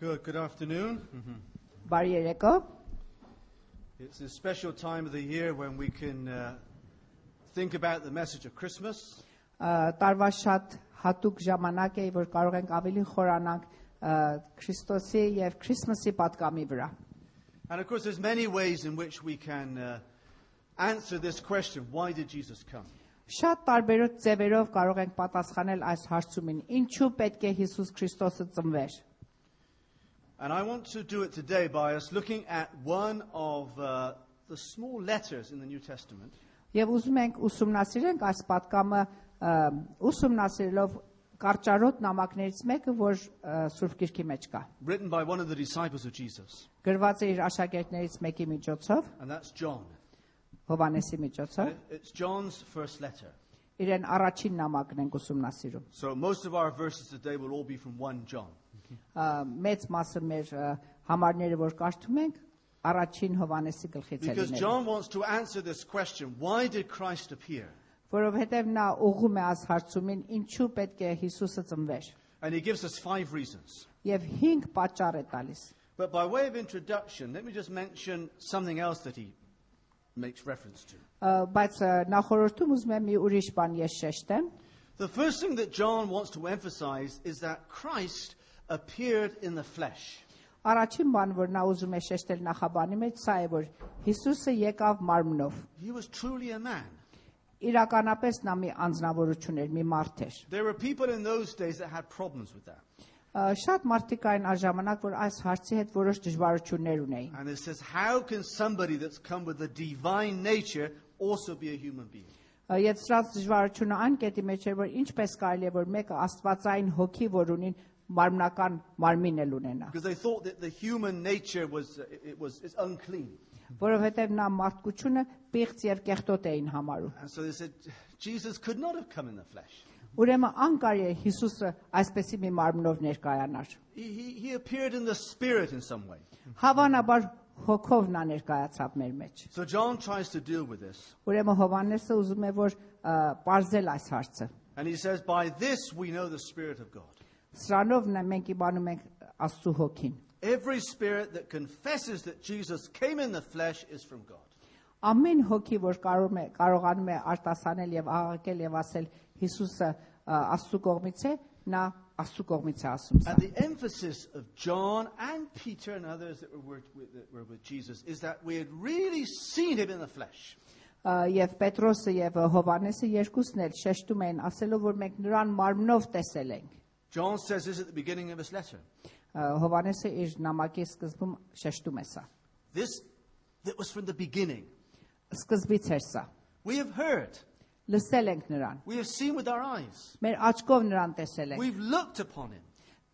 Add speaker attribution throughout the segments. Speaker 1: Good, good afternoon.
Speaker 2: Բարի երեկո։
Speaker 1: It's a special time of the year when we can uh, think about the message of Christmas.
Speaker 2: Ա, Տարվա շատ հատուկ ժամանակ է, որ կարող ենք ավելի խորանանք ա, Քրիստոսի եւ Քրիսմասի պատկամի վրա։
Speaker 1: And of course, there's many ways in which we can uh, answer this question, why did Jesus come?
Speaker 2: Շատ տարբեր ձևերով կարող ենք պատասխանել այս հարցումին. Ինչու պետք է Հիսուս Քրիստոսը ծնվեր։
Speaker 1: And I want to do it today by us looking at one of uh, the small letters in the New Testament
Speaker 2: Եվ ուզում ենք ուսումնասիրենք այս պատկամը ա, ուսումնասիրելով կարճարոտ նամակներից մեկը, որ ա, Սուրբ Գիրքի մեջ կա։
Speaker 1: written by one of the disciples of Jesus,
Speaker 2: Գրված է իր աշակերտներից մեկի միջոցով,
Speaker 1: and that's John.
Speaker 2: Հովանեսի միջոցով։
Speaker 1: It- It's John's first letter.
Speaker 2: Իրեն առաջին նամակն ենք ուսումնասիրում։
Speaker 1: So most of our verses today will all be from 1 John.
Speaker 2: Ա, մեծ մասը մեր ա, համարները որ կարդում ենք առաջին Հովանեսի գլխից է
Speaker 1: Because
Speaker 2: լինել
Speaker 1: John wants to answer this question why did Christ appear?
Speaker 2: որովհետև նա ուղում է այս հարցումին ինչու պետք է Հիսուսը ծնվեր
Speaker 1: And he gives us five reasons.
Speaker 2: եւ 5 պատճառ է տալիս
Speaker 1: But by way of introduction, let me just mention something else that he makes reference to.
Speaker 2: Ա, բայց ա, նախորդում ուզում եմ մի ուրիշ բան ես շեշտեմ
Speaker 1: The first thing that John wants to emphasize is that Christ appeared in the flesh.
Speaker 2: առաջին բան որ նա ուզում է շեշտել նախաբանի մեջ սա է որ Հիսուսը եկավ մարմնով
Speaker 1: He was truly a man.
Speaker 2: իրականապես նա մի անznավորություն էր մի մարդ էր
Speaker 1: There were people in those days that had problems with that.
Speaker 2: Ա, շատ մարդիկ այն ժամանակ որ այս հարցի հետ որոշ դժվարություններ ունեին
Speaker 1: And it says, How can somebody that's come with a divine nature also be a human being?
Speaker 2: Եվ սրանց դժվարությունը այն կետի մեջ էր, որ ինչպես կարելի է որ մեկը աստվածային հոգի որ ունին մարմնական մարմին էլ ունենա,
Speaker 1: Because they thought that the human nature was, uh, it- it was it's unclean.
Speaker 2: որովհետև նա մարդկությունը պիղծ եւ կեղտոտ էին համարում։
Speaker 1: And so they said, Jesus could not have come in the flesh.
Speaker 2: Ուրեմն անկարելի է Հիսուսը այսպեսի մի մարմնով ներկայանար։
Speaker 1: He, he, he appeared in the spirit in some way.
Speaker 2: Հավանաբար հոգով նա ներկայացավ մեր մեջ։
Speaker 1: So John tries to deal with this.
Speaker 2: Ուրեմն Հովանեսը ուզում է որ ա, պարզել այս հարցը։
Speaker 1: And he says, By this we know the Spirit of God.
Speaker 2: Սրանով նա մենք իբանում ենք Աստծո հոգին։
Speaker 1: Every spirit that confesses that Jesus came in the flesh is from God.
Speaker 2: Ամեն հոգի, որ կարող է կարողանում է արտասանել եւ աղակել եւ ասել Հիսուսը ա, Աստծո կողմից է, նա Աստծո կողմից է ասում սա։
Speaker 1: And the emphasis of John and Peter and others that were, with, that were with Jesus is that we had really seen him in the flesh.
Speaker 2: Ա, Եվ Պետրոսը եւ Հովանեսը երկուսն էլ շեշտում էին ասելով, որ մենք նրան մարմնով տեսել ենք։
Speaker 1: John says this at the beginning of his letter.
Speaker 2: Ա, Հովանեսը իր նամակի սկզբում շեշտում է սա։
Speaker 1: This that was from the beginning.
Speaker 2: Սկզբից էր սա։
Speaker 1: We have heard.
Speaker 2: Լսել ենք նրան։
Speaker 1: We have seen with our eyes.
Speaker 2: Մեր աչքով նրան տեսել ենք։
Speaker 1: We've looked upon him.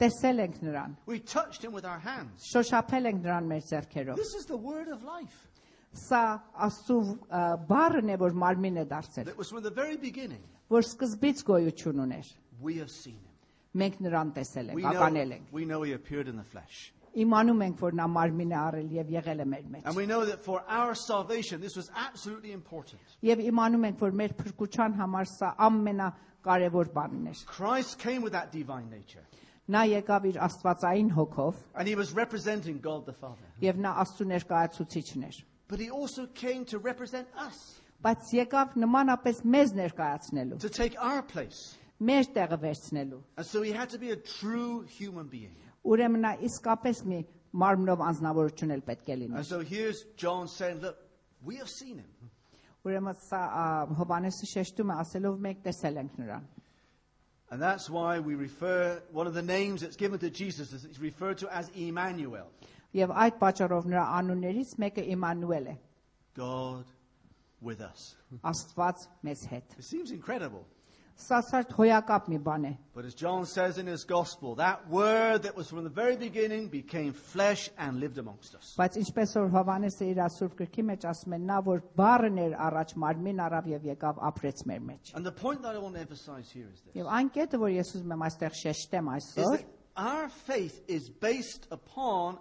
Speaker 2: Տեսել ենք նրան։
Speaker 1: We've touched him with our hands.
Speaker 2: Շոշափել ենք նրան մեր ձեռքերով։
Speaker 1: This is the word of life
Speaker 2: Սա Աստծո ա, բառն է, որ մարմին է դարձել։
Speaker 1: that was from the very beginning.
Speaker 2: որ սկզբից գոյություն ուներ։
Speaker 1: We have seen him.
Speaker 2: Մենք նրան տեսել
Speaker 1: We
Speaker 2: ենք,
Speaker 1: know,
Speaker 2: ականել ենք։
Speaker 1: we know he appeared in the flesh.
Speaker 2: Իմանում ենք, որ նա մարմին է առել եւ եղել է մեր մեջ։
Speaker 1: And we know that for our salvation, this was absolutely important.
Speaker 2: Եվ իմանում ենք, որ մեր փրկության համար սա ամենակարևոր բանն էր։
Speaker 1: Christ came with that divine nature,
Speaker 2: Նա եկավ իր Աստվածային հոգով
Speaker 1: and he was representing God the Father.
Speaker 2: եւ նա Աստծո ներկայացուցիչն էր։
Speaker 1: But he also came to represent us,
Speaker 2: Բայց եկավ նմանապես մեզ ներկայացնելու,
Speaker 1: to take our place.
Speaker 2: մեր տեղը վերցնելու։
Speaker 1: And so he had to be a true human being.
Speaker 2: Ուրեմն նա իսկապես մի մարմնով անznավորություն էլ պետք է լինի։
Speaker 1: And so here's John saying, Look, we have seen him.
Speaker 2: Ուրեմն սա ա, Հովանեսը շեշտում է ասելով մենք տեսել ենք նրան։
Speaker 1: And that's why we refer, one of the names that's given to Jesus is it's referred to as Emmanuel,
Speaker 2: Եվ այդ պատճառով նրա անուններից մեկը Իմանուել է,
Speaker 1: God with us.
Speaker 2: Աստված մեզ հետ։
Speaker 1: It seems incredible.
Speaker 2: Սա սարդ հոյակապ մի բան է,
Speaker 1: But as John says in his gospel, that word that was from the very beginning became flesh and lived amongst us.
Speaker 2: բայց ինչպես որ Հովանեսը իր Սուրբ գրքի մեջ ասում է, նա որ բառն էր առաջ մարմին առավ եւ եկավ ապրեց մեր մեջ։
Speaker 1: And the point that I want to emphasize here is this
Speaker 2: Եվ այն կետը, որ ես ուզում եմ այստեղ շեշտեմ
Speaker 1: is that
Speaker 2: այսօր,
Speaker 1: our faith is based upon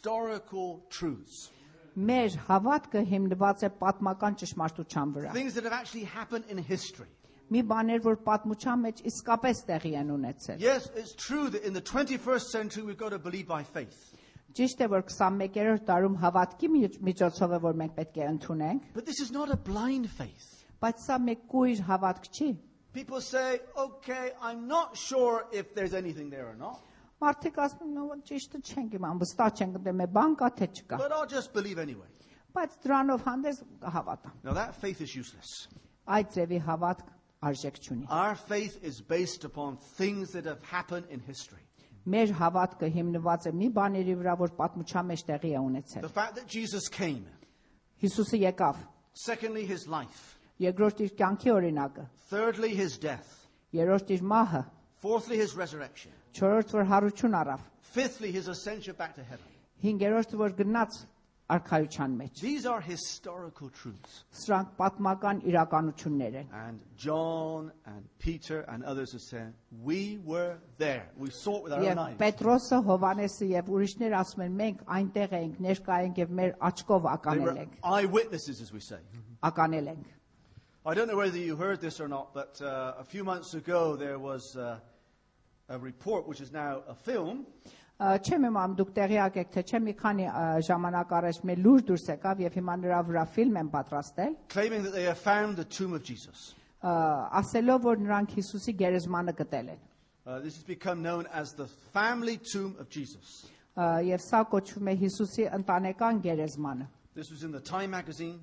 Speaker 1: historical truths,
Speaker 2: մեր հավատքը հիմնված է պատմական ճշմարտության վրա,
Speaker 1: things that have actually happened in history.
Speaker 2: մի բաներ, որ պատմության մեջ իսկապես տեղի են ունեցել։
Speaker 1: Yes, it's true that in the 21st century we've got to believe by faith.
Speaker 2: Ճիշտ է, որ 21-րդ դարում հավատքի միջ- միջոցով է, որ մենք պետք է ընդունենք,
Speaker 1: But this is not a blind faith.
Speaker 2: բայց սա մեկ կույր հավատք չի։
Speaker 1: People say, okay, I'm not sure if there's anything there or not,
Speaker 2: Մարդիկ ասում են, «Ո, ճիշտը չենք իմանում, վստահ չենք, դե մե բան կա թե չկա»։
Speaker 1: but I'll just believe anyway.
Speaker 2: Բայց դրանով հանդերձ հավատամ։
Speaker 1: Now that faith is useless.
Speaker 2: Այդ ձևի հավատք արժեք չունի։
Speaker 1: Our faith is based upon things that have happened in history.
Speaker 2: Մեր հավատքը հիմնված է մի բաների վրա, որ պատմության մեջ տեղի է ունեցել։
Speaker 1: The fact that Jesus came,
Speaker 2: Հիսուսը եկավ,
Speaker 1: secondly, his life,
Speaker 2: երկրորդ իր կյանքի օրինակը,
Speaker 1: thirdly, his death,
Speaker 2: երրորd իր մահը,
Speaker 1: fourthly, his resurrection,
Speaker 2: չորրորդ որ հարություն առավ,
Speaker 1: fifthly, his ascension back to heaven.
Speaker 2: հինգերորդ որ գնաց արքայության մեջ։
Speaker 1: These are historical truths.
Speaker 2: Սրանք պատմական իրականություններ են։
Speaker 1: And John and Peter and others have said, We were there. We saw it with our own
Speaker 2: Եվ
Speaker 1: eyes.
Speaker 2: Պետրոսը, Հովանեսը եւ ուրիշներ ասում են, մենք այնտեղ ենք, ներկա ենք եւ մեր աչքով
Speaker 1: They
Speaker 2: ականել
Speaker 1: were
Speaker 2: ենք,
Speaker 1: eyewitnesses, as we say.
Speaker 2: ականել ենք։
Speaker 1: I don't know whether you heard this or not, but uh, a few months ago there was uh, a report, which is now a film,
Speaker 2: Ա, Չեմ իմանում դուք տեղյակ եք թե չէ, մի քանի ա, ժամանակ առաջ մեր լուր դուրս եկավ եւ հիմա նրա վրա ֆիլմ են պատրաստել,
Speaker 1: claiming that they have found the tomb of Jesus.
Speaker 2: ա, ասելով որ նրանք Հիսուսի գերեզմանը գտել են։
Speaker 1: Uh, this has become known as the family tomb of Jesus.
Speaker 2: Ա, Եվ սա կոչվում է Հիսուսի ընտանեկան գերեզմանը։
Speaker 1: This was in the Time magazine,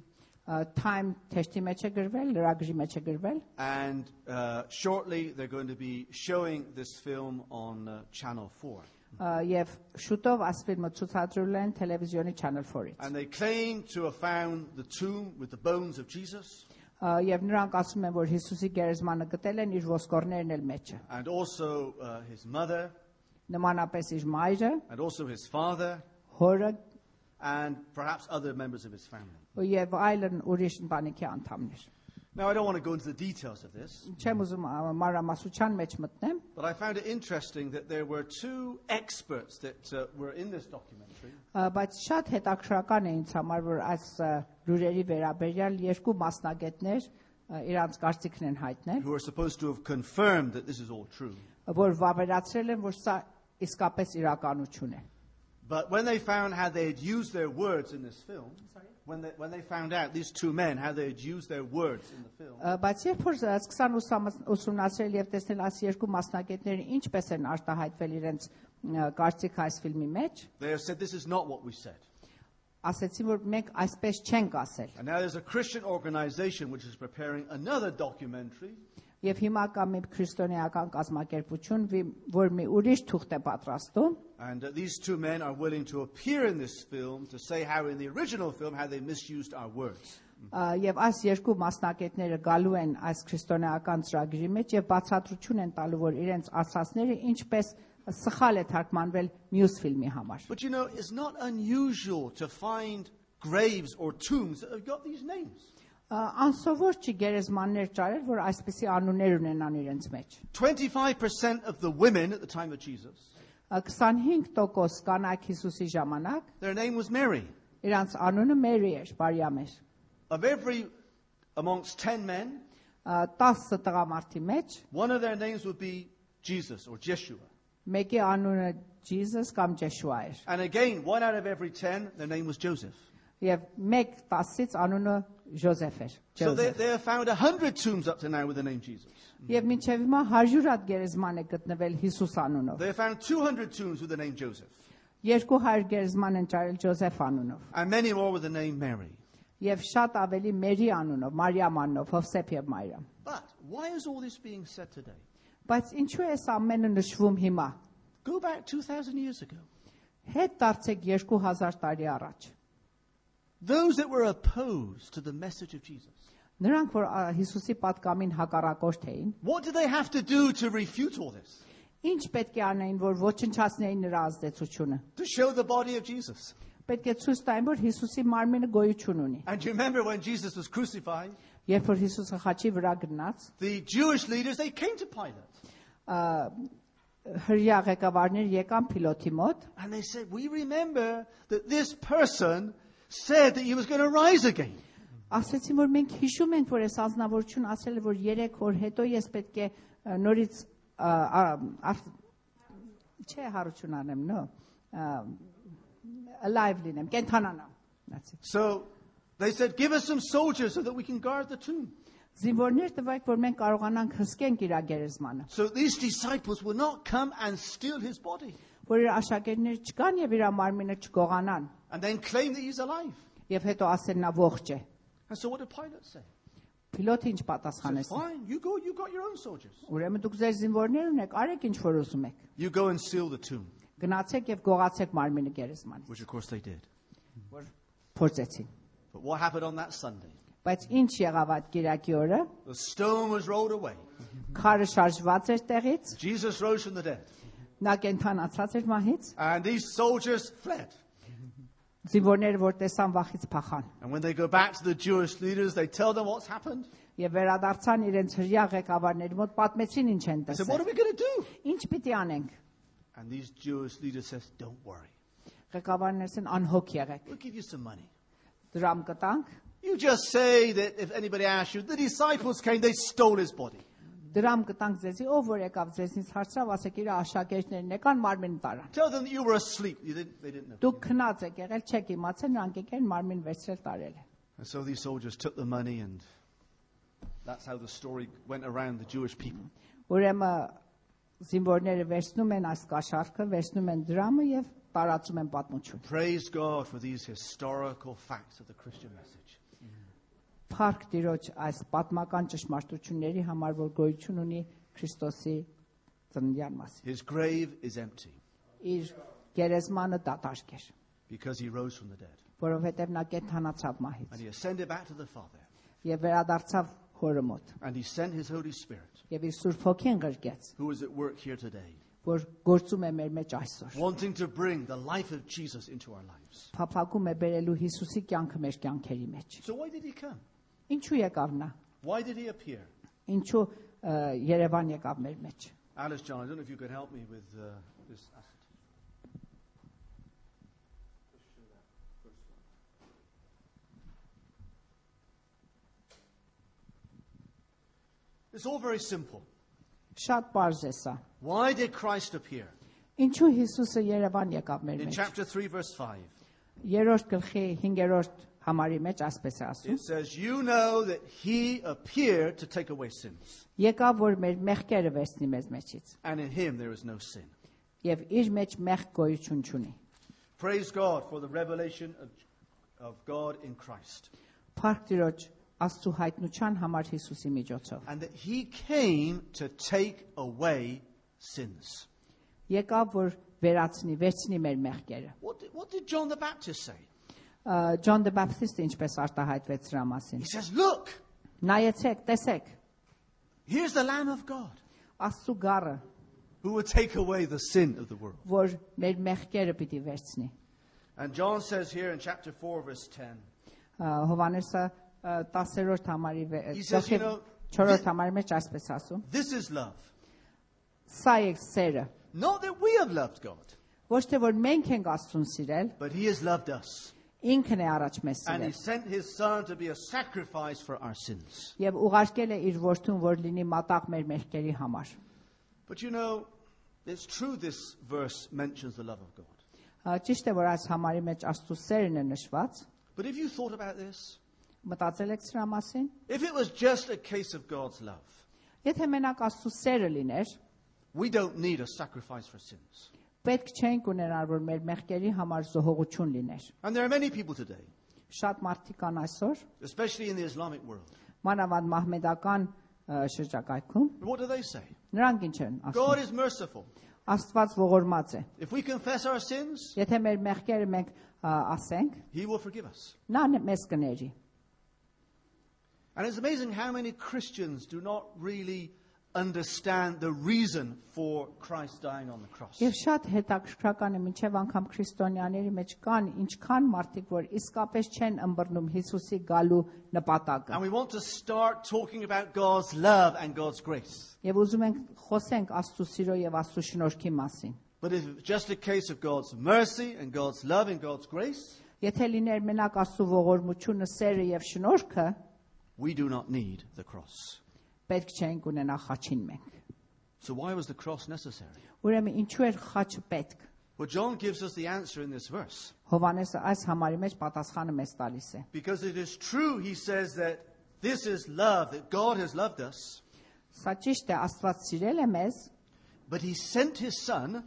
Speaker 2: Ա, Time թեշտի մեջ է գրվել, լրագրի մեջ է գրվել
Speaker 1: and uh, shortly they're going to be showing this film on uh, Channel 4.
Speaker 2: ա, եւ շուտով այս ֆիլմը ցուցադրել են տելևիզիոնի Channel 4-ից։
Speaker 1: And they claim to have found the tomb with the bones of Jesus
Speaker 2: Ա, Եվ նրանք ասում են, որ Հիսուսի գերեզմանը գտել են իր ոսկորներն էլ մեջը։
Speaker 1: and also uh, his mother
Speaker 2: Նմանապես իր մայրը,
Speaker 1: and also his father
Speaker 2: հորը
Speaker 1: and perhaps other members of his family.
Speaker 2: եւ այլն ուրիշ ընտանիքի անդամներ։
Speaker 1: Now, I don't want to go into the details of this,
Speaker 2: Չեմ ուզում ա, մանրամասնության մեջ մտնեմ,
Speaker 1: but I found it interesting that there were two experts that uh, were in this documentary.
Speaker 2: ա, բայց շատ հետաքրական է ինձ համար, որ այս ա, լուրերի վերաբերյալ երկու մասնագետներ ա, իրանց կարծիքն են հայտնել,
Speaker 1: who are supposed to have confirmed that this is all true.
Speaker 2: որ վավերացրել են, որ սա իսկապես իրականություն է։
Speaker 1: But when they found how they had used their words in this film, when they, when they found out, these two men, how they had used their words in the film,
Speaker 2: Ա, Բայց երբ որ ա, սկսան ուսամ- ուսումնասիրել եւ տեսնել այս երկու մասնագետները ինչպես են արտահայտվել իրենց ա, կարծիքը այս ֆիլմի մեջ,
Speaker 1: they have said, This is not what we said.
Speaker 2: ասացին, որ մենք այսպես չենք ասել։
Speaker 1: And now there's a Christian organization which is preparing another documentary
Speaker 2: Եվ հիմա կա մի քրիստոնեական կազմակերպություն, վի- որ մի ուրիշ թուղթ է պատրաստում,
Speaker 1: And uh, these two men are willing to appear in this film to say how, in the original film, how they misused our words.
Speaker 2: ա, եւ այս երկու մասնակիցները գալու են այս քրիստոնեական ծրագրի մեջ եւ բացատրություն են տալու, որ իրենց ասացները ինչպես սխալ է թարգմանվել մյուս ֆիլմի համար։
Speaker 1: But you know, it's not unusual to find graves or tombs that have got these names.
Speaker 2: Ա, Անսովոր չի գերեզմաններ ճարել, որ այսպիսի անուններ ունենան իրենց մեջ։
Speaker 1: 25% of the women at the time of Jesus,
Speaker 2: Ա, 25% կանայք Հիսուսի ժամանակ
Speaker 1: their name was Mary.
Speaker 2: իրանց անունը Մերի էր, Մարիամ էր։
Speaker 1: Of every, amongst 10 men,
Speaker 2: Ա, 10 տղամարդի մեջ
Speaker 1: one of their names would be Jesus or Jeshua.
Speaker 2: Մեկի անունը Jesus կամ Joshua էր
Speaker 1: And again, one out of every 10, their name was Joseph.
Speaker 2: եւ 1-10-ից անունը Ժոզեֆ էր։
Speaker 1: So they,
Speaker 2: Joseph։
Speaker 1: they have found 100 tombs up to now with the name Jesus.
Speaker 2: Եվ մինչև հիմա 100 հատ գերեզման է գտնվել Հիսուս անունով։
Speaker 1: They have found 200 tombs with the name Joseph.
Speaker 2: 200 գերեզման են ճարել Ժոզեֆ անունով
Speaker 1: and many more with the name Mary.
Speaker 2: եւ շատ ավելի Մերի անունով, Մարիամ անունով, Հովսեփ եւ Մարիամ։
Speaker 1: But why is all this being said today?
Speaker 2: Բայց ինչու է սա ամենը նշվում հիմա։
Speaker 1: Go back 2,000 years ago.
Speaker 2: Հետ դարձեք 2000 տարի առաջ։
Speaker 1: Those that were opposed to the message of Jesus,
Speaker 2: Նրանք որ ա, Հիսուսի պատկամին հակառակորդ էին,
Speaker 1: what did they have to do to refute all this?
Speaker 2: ինչ պետք է անեին, որ ոչնչացնեին նրա ազդեցությունը։
Speaker 1: To show the body of Jesus.
Speaker 2: պետք է ցույց տային, որ Հիսուսի մարմինը գոյություն ունի։
Speaker 1: And you remember when Jesus was crucified,
Speaker 2: Երբ որ Հիսուսը խաչի վրա գնաց,
Speaker 1: the Jewish leaders, they came to Pilate
Speaker 2: հրյա ղեկավարներ եկան Փիլոթի մոտ
Speaker 1: and they said, we remember that this person said that he was going to rise again.
Speaker 2: ասացին, որ մենք հիշում ենք, որ այս անznավորություն ասել է, որ 3 օր հետո ես պետք է ա, նորից ա, ա, ար- չէ հարություն անեմ, նո ա, alive լինեմ, կենթանանամ։ That's it։
Speaker 1: So they said, Give us some soldiers so that we can guard the tomb.
Speaker 2: Զինվորներ տվեք, որ մենք կարողանանք հսկենք իր գերեզմանը,
Speaker 1: So these disciples will not come and steal his body
Speaker 2: որ իր աշակերտները չկան եւ իր մարմինը չկողանան,
Speaker 1: and then claim that he's alive.
Speaker 2: եւ հետո ասեն նա ողջ է։
Speaker 1: And so what did Pilate say?
Speaker 2: Պիլոտը
Speaker 1: He
Speaker 2: ինչ
Speaker 1: said,
Speaker 2: պատասխանեց։
Speaker 1: Fine, you go, you got your own soldiers.
Speaker 2: Ուրեմն դուք ձեր զինվորներ ունեք, արեք ինչ որ ուզում եք։
Speaker 1: You go and seal the tomb,
Speaker 2: Գնացեք եւ գողացեք մարմինը գերեզմանից,
Speaker 1: which of course they did.
Speaker 2: որ փորձեցին։
Speaker 1: But what happened on that Sunday?
Speaker 2: Բայց ինչ եղավ այդ Կիրակի օրը։
Speaker 1: The stone was rolled away.
Speaker 2: Քարը շարժված էր տեղից,
Speaker 1: Jesus rose from the dead.
Speaker 2: նա կենթանացած էր մահից։
Speaker 1: And these soldiers fled.
Speaker 2: Զինվորները որ տեսան վախից փախան
Speaker 1: And when they go back to the Jewish leaders, they tell them what's happened.
Speaker 2: եւ վերադարձան իրենց հրյա ղեկավարների մոտ պատմեցին ինչ են
Speaker 1: They said, What
Speaker 2: տեսել։
Speaker 1: are we going to do?
Speaker 2: Ինչ պիտի անենք։
Speaker 1: And these Jewish leaders says, Don't worry.
Speaker 2: Ղեկավարներս են անհոգ եղեք։
Speaker 1: We'll give you some money.
Speaker 2: Դրամ կտանք,
Speaker 1: You just say that if anybody asks you, the disciples came, they stole his body.
Speaker 2: դրամ կտանք ձեզի, ով որ եկավ ձեզնից հարցրավ, ասեք իր աշակերտներն եկան մարմին տարան։
Speaker 1: Tell them that you were asleep. You didn't, they didn't know.
Speaker 2: Դուք քնած եք եղել, չեք իմացել, նրանք եկել մարմին վերցրել տարել։ է։
Speaker 1: And so these soldiers took the money, and that's how the story went around the Jewish people.
Speaker 2: Ուրեմն զինվորները վերցնում են այս կաշառքը, վերցնում են դրամը եւ տարածում են պատմություն։
Speaker 1: Praise God for these historical facts of the Christian message.
Speaker 2: Փառք Տիրոջ այս պատմական ճշմարտությունների համար, որ գոյություն ունի Քրիստոսի ծննդյան մասին։
Speaker 1: His grave is empty
Speaker 2: Իր գերեզմանը դատարկ էր,
Speaker 1: because he rose from the dead,
Speaker 2: որովհետեւ նա կենթանացավ
Speaker 1: and
Speaker 2: մահից
Speaker 1: he ascended back to the Father,
Speaker 2: եւ վերադարձավ հորը մոտ
Speaker 1: and he sent his Holy Spirit,
Speaker 2: եւ իր Սուրբ Հոգին գրկեց
Speaker 1: who is at work here today,
Speaker 2: որ գործում է մեր մեջ այսօր։
Speaker 1: wanting to bring the life of Jesus into our lives.
Speaker 2: Փափագում է բերելու Հիսուսի կյանքը մեր կյանքերի մեջ։
Speaker 1: So why did he come?
Speaker 2: Ինչու եկավ նա։
Speaker 1: Why did he appear?
Speaker 2: Ինչու ը, Երևան եկավ մեր մեջ։
Speaker 1: Alice John, I don't know if you could help me with uh, this. acid. It's all very simple.
Speaker 2: Շատ པարզ է սա։
Speaker 1: Why did Christ appear?
Speaker 2: Ինչու Հիսուսը Երևան եկավ մեր
Speaker 1: In
Speaker 2: մեջ։
Speaker 1: chapter 3, verse 5,
Speaker 2: Երրորդ գլխի 5-րդ համարի մեջ ասպես է ասում.
Speaker 1: it says, You know that he appeared to take away sins,
Speaker 2: Եկավ որ մեր մեղքերը վերցնի մեզ մեջից
Speaker 1: and in him there is no sin.
Speaker 2: եւ իր մեջ մեղք գոյություն չունի։
Speaker 1: Praise God for the revelation of, of God in Christ.
Speaker 2: Փառք Տիրոջ Աստծո հայտնության համար Հիսուսի միջոցով։
Speaker 1: and that he came to take away sins.
Speaker 2: Եկավ որ վերացնի, վերցնի մեր մեղքերը։
Speaker 1: What did, what did John the Baptist say?
Speaker 2: Ա, John the Baptist-ը ինչպես արտահայտվեց դրա մասին։
Speaker 1: He says, Look,
Speaker 2: Նայեցեք, տեսեք,
Speaker 1: here's the Lamb of God
Speaker 2: Աստծո գառը,
Speaker 1: who will take away the sin of the world.
Speaker 2: որ մեր մեղքերը պիտի վերցնի։
Speaker 1: And John says here in chapter 4, verse 10,
Speaker 2: Ա, Հովհաննեսը ա, 10-րդ համարի վե-
Speaker 1: He says,
Speaker 2: գլխի
Speaker 1: you know,
Speaker 2: 4-րդ համարի մեջ այսպես ասում.
Speaker 1: This is love.
Speaker 2: Սա է սերը,
Speaker 1: Not that we have loved God,
Speaker 2: ոչ թե որ մենք ենք Աստծուն սիրել,
Speaker 1: but he has loved us.
Speaker 2: ինքն է առաջ մեզ
Speaker 1: And he
Speaker 2: սիրել։
Speaker 1: sent his Son to be a sacrifice for our sins.
Speaker 2: Եվ ուղարկել է իր որդուն, որ լինի մատաղ մեր մեղքերի համար։
Speaker 1: But you know, it's true this verse mentions the love of God.
Speaker 2: Ա, Ճիշտ է, որ այս համարի մեջ Աստծո սերն է նշված։
Speaker 1: But have you thought about this?
Speaker 2: Մտածել եք սրա մասին։
Speaker 1: If it was just a case of God's love,
Speaker 2: Եթե մենակ Աստծո սերը լիներ,
Speaker 1: We don't need a sacrifice for sins.
Speaker 2: պետք չենք ունենալ, որ մեր մեղքերի համար զոհողություն լիներ։
Speaker 1: And there are many people today,
Speaker 2: Շատ մարդիկ կան այսօր,
Speaker 1: especially in the Islamic world.
Speaker 2: մանավանդ մահմեդական ը, շրջակայքում,
Speaker 1: But What do they say?
Speaker 2: նրանք ինչ են
Speaker 1: God
Speaker 2: ասում։
Speaker 1: is merciful.
Speaker 2: Աստված ողորմած է։
Speaker 1: If we confess our sins,
Speaker 2: Եթե մեր մեղքերը մենք ը, ասենք,
Speaker 1: He will forgive us.
Speaker 2: նա ն- մեզ կների։
Speaker 1: And it's amazing how many Christians do not really understand the reason for Christ dying on the cross.
Speaker 2: Եվ շատ հետաքրքրական է մինչև անգամ քրիստոնյաների մեջ կան ինչքան մարդիկ, որ իսկապես չեն ըմբռնում Հիսուսի գալու նպատակը։
Speaker 1: And we want to start talking about God's love and God's grace.
Speaker 2: Եվ ուզում ենք խոսենք Աստծո սիրո եւ Աստծո շնորհքի մասին։
Speaker 1: But if it's just a case of God's mercy and God's love and God's grace,
Speaker 2: Եթե լիներ մենակ Աստծո ողորմությունը, սերը եւ շնորհքը,
Speaker 1: we do not need the cross.
Speaker 2: պետք չէինք ունենա խաչին մենք։
Speaker 1: So, why was the cross necessary?
Speaker 2: Ուրեմն ինչու էր խաչը պետք։
Speaker 1: Well, John gives us the answer in this verse.
Speaker 2: Հովանեսը այս համարի մեջ պատասխանը մեզ տալիս է։
Speaker 1: Because it is true, he says, that this is love, that God has loved us,
Speaker 2: Սա ճիշտ է, Աստված սիրել է մեզ,
Speaker 1: but he sent his Son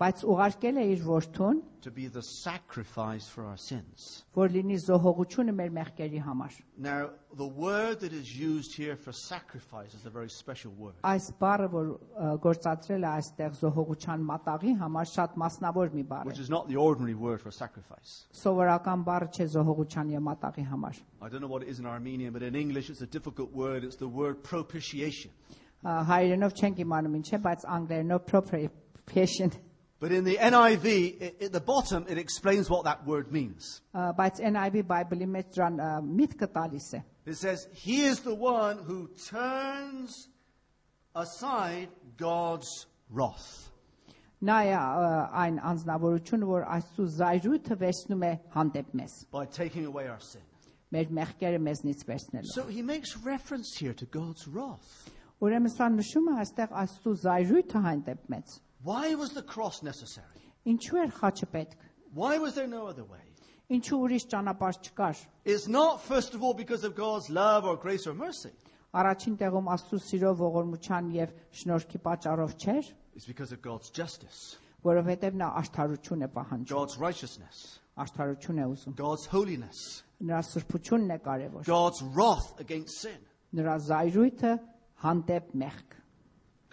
Speaker 2: բայց ուղարկել է իր որդուն,
Speaker 1: to be the sacrifice for our sins.
Speaker 2: որ լինի զոհողությունը մեր մեղքերի համար։
Speaker 1: Now, the word that is used here for sacrifice is a very special word.
Speaker 2: Այս բառը, որ ը, գործածրել է այստեղ զոհողության մատաղի համար, շատ մասնավոր մի բառ է։
Speaker 1: which is not the ordinary word for sacrifice.
Speaker 2: Սովորական բառը չէ զոհողության եւ մատաղի համար։
Speaker 1: I don't know what it is in Armenian, but in English it's a difficult word. It's the word propitiation.
Speaker 2: Ա, Հայերենով չենք իմանում ինչ է, բայց անգլերենով propitiation,
Speaker 1: But in the NIV, i at the bottom, it explains what that word means.
Speaker 2: ա, բայց NIV Bible-ի մեջ դրան ա, միտքը տալիս է։
Speaker 1: It says, He is the one who turns aside God's wrath.
Speaker 2: Նա է ա, այն անznավորությունը, որ Աստծո զայրույթը վերցնում է հանդեպ մեզ։
Speaker 1: By taking away our sin.
Speaker 2: Մեր մեղքերը մեզնից վերցնելու։
Speaker 1: So he makes reference here to God's wrath.
Speaker 2: Ուրեմն սա նշում է այստեղ Աստծո զայրույթը հանդեպ մեզ։
Speaker 1: Why was the cross necessary?
Speaker 2: Ինչու էր խաչը պետք։
Speaker 1: Why was there no other way?
Speaker 2: Ինչու ուրիշ ճանապարհ չկար։
Speaker 1: It's not, first of all, because of God's love or grace or mercy.
Speaker 2: Առաջին տեղում Աստծո սիրո ողորմության եւ շնորհքի պատճառով չէր,
Speaker 1: It's because of God's justice,
Speaker 2: որովհետեւ նա աշխարհություն է պահանջում,
Speaker 1: God's righteousness,
Speaker 2: աշխարհություն է ուզում։
Speaker 1: God's holiness,
Speaker 2: Նրա սրբությունն է կարևոր։
Speaker 1: God's wrath against sin.
Speaker 2: Նրա զայրույթը հանդեպ մեղք։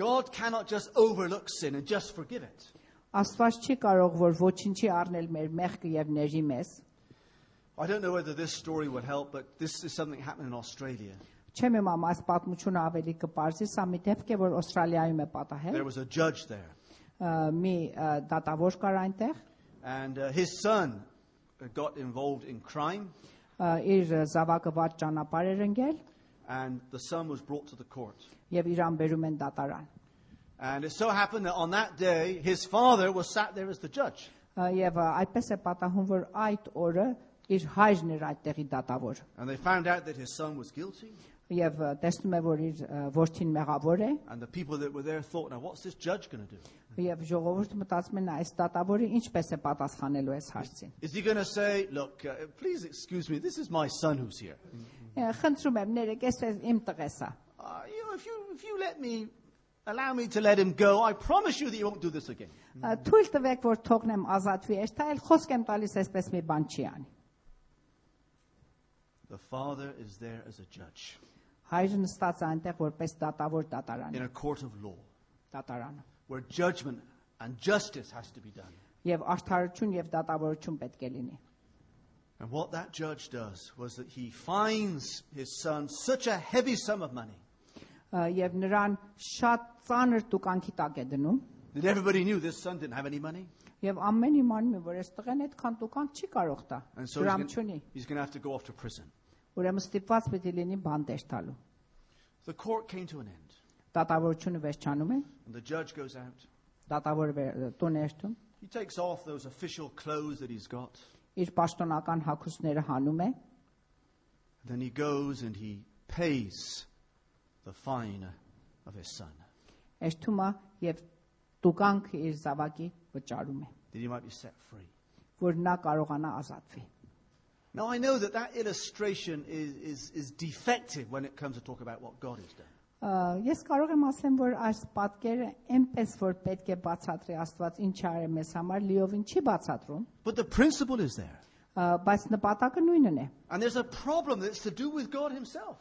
Speaker 1: God cannot just overlook sin and just forgive it.
Speaker 2: Աստված չի կարող որ ոչինչի առնել մեր մեղքը եւ ների մեզ։
Speaker 1: I don't know whether this story will help, but this is something that happened in Australia.
Speaker 2: Չեմ իմ ամաս պատմությունը ավելի կբարձի, սա մի դեպք է, որ Ավստրալիայում է պատահել։
Speaker 1: There was a judge there,
Speaker 2: Ա, Մի ա, դատավոր կար այնտեղ,
Speaker 1: and uh, his son got involved in crime,
Speaker 2: ա, իր զավակը վատ ճանապարհ էր ընկել
Speaker 1: and the son was brought to the court.
Speaker 2: եւ իրան բերում են դատարան։
Speaker 1: And it so happened that on that day, his father was sat there as the judge.
Speaker 2: Ա, Եվ ա, այդպես է պատահում, որ այդ օրը իր հայրն էր այդտեղի դատավոր։
Speaker 1: And they found out that his son was guilty,
Speaker 2: Եվ ա, տեսնում է, որ իր ա, որդին մեղավոր է,
Speaker 1: and the people that were there thought, now what's this judge going to do?
Speaker 2: եւ ժողովուրդը մտածում է, «Նա այս դատավորը ինչպես է պատասխանելու այս հարցին։
Speaker 1: Is he going to say, look, uh, please excuse me, this is my son who's here.
Speaker 2: Ա, Խնդրում եմ, ներեք, ես ես իմ տղես է։
Speaker 1: Uh, you know, if you, if you let me, allow me to let him go, I promise you that you won't do this again.
Speaker 2: Ա, Թույլ տվեք, որ թողնեմ ազատվի, ես դա էլ խոսք եմ տալիս, այսպես մի բան չի անի։
Speaker 1: The father is there as a judge
Speaker 2: Հայրը նստած է այնտեղ որպես դատավոր
Speaker 1: in
Speaker 2: դատարան,
Speaker 1: a court of law
Speaker 2: դատարան։
Speaker 1: where judgment and justice has to be done.
Speaker 2: Եվ արդարություն եւ դատավորություն պետք է լինի։
Speaker 1: And what that judge does was that he fines his son such a heavy sum of money
Speaker 2: Ա, Եվ նրան շատ ծանր տուկանքի տակ է դնում։
Speaker 1: that everybody knew this son didn't have any money.
Speaker 2: Եվ ամեն իմանում է, որ այս տղեն այդքան տուկանք չի կարող տա։
Speaker 1: And so
Speaker 2: Դրամ
Speaker 1: he's
Speaker 2: չունի։
Speaker 1: going to have to go off to prison.
Speaker 2: Ուրեմն ստիպված պետք է լինի բանտեր տալու։
Speaker 1: The court came to an end,
Speaker 2: Դատավորությունը վերջանում է,
Speaker 1: and the judge goes out.
Speaker 2: դատավորը վեր- տուն է շտում,
Speaker 1: He takes off those official clothes that he's got.
Speaker 2: իր պաշտոնական հագուստները հանում է,
Speaker 1: Then he goes and he pays the fine of his son,
Speaker 2: շտում է եւ տուկանք իր զավակի վճարում է,
Speaker 1: that he might be set free.
Speaker 2: որ նա կարողանա ազատվի։
Speaker 1: Now, I know that that illustration is, is, is defective when it comes to talk about what God has done.
Speaker 2: Ա, Ես կարող եմ ասեմ, որ այս պատկերը այնպես որ պետք է բացատրի Աստված ինչ ա արել մեզ համար, լիովին չի բացատրում,
Speaker 1: But the principle is there.
Speaker 2: ա, բայց նպատակը նույնն է։
Speaker 1: And there's a problem that's to do with God himself.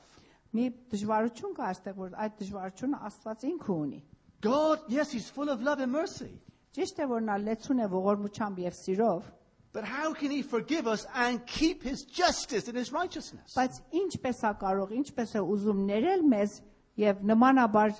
Speaker 2: Մի դժվարություն կա այստեղ, որ այդ դժվարությունը Աստված ինքը ունի։
Speaker 1: God, yes, he's full of love and mercy.
Speaker 2: Ճիշտ է, որ նա լեցուն է ողորմությամբ եւ սիրով,
Speaker 1: But how can he forgive us and keep his justice and his righteousness?
Speaker 2: բայց ինչպես է կարող, ինչպես է ուզում ներել մեզ եւ նմանաբար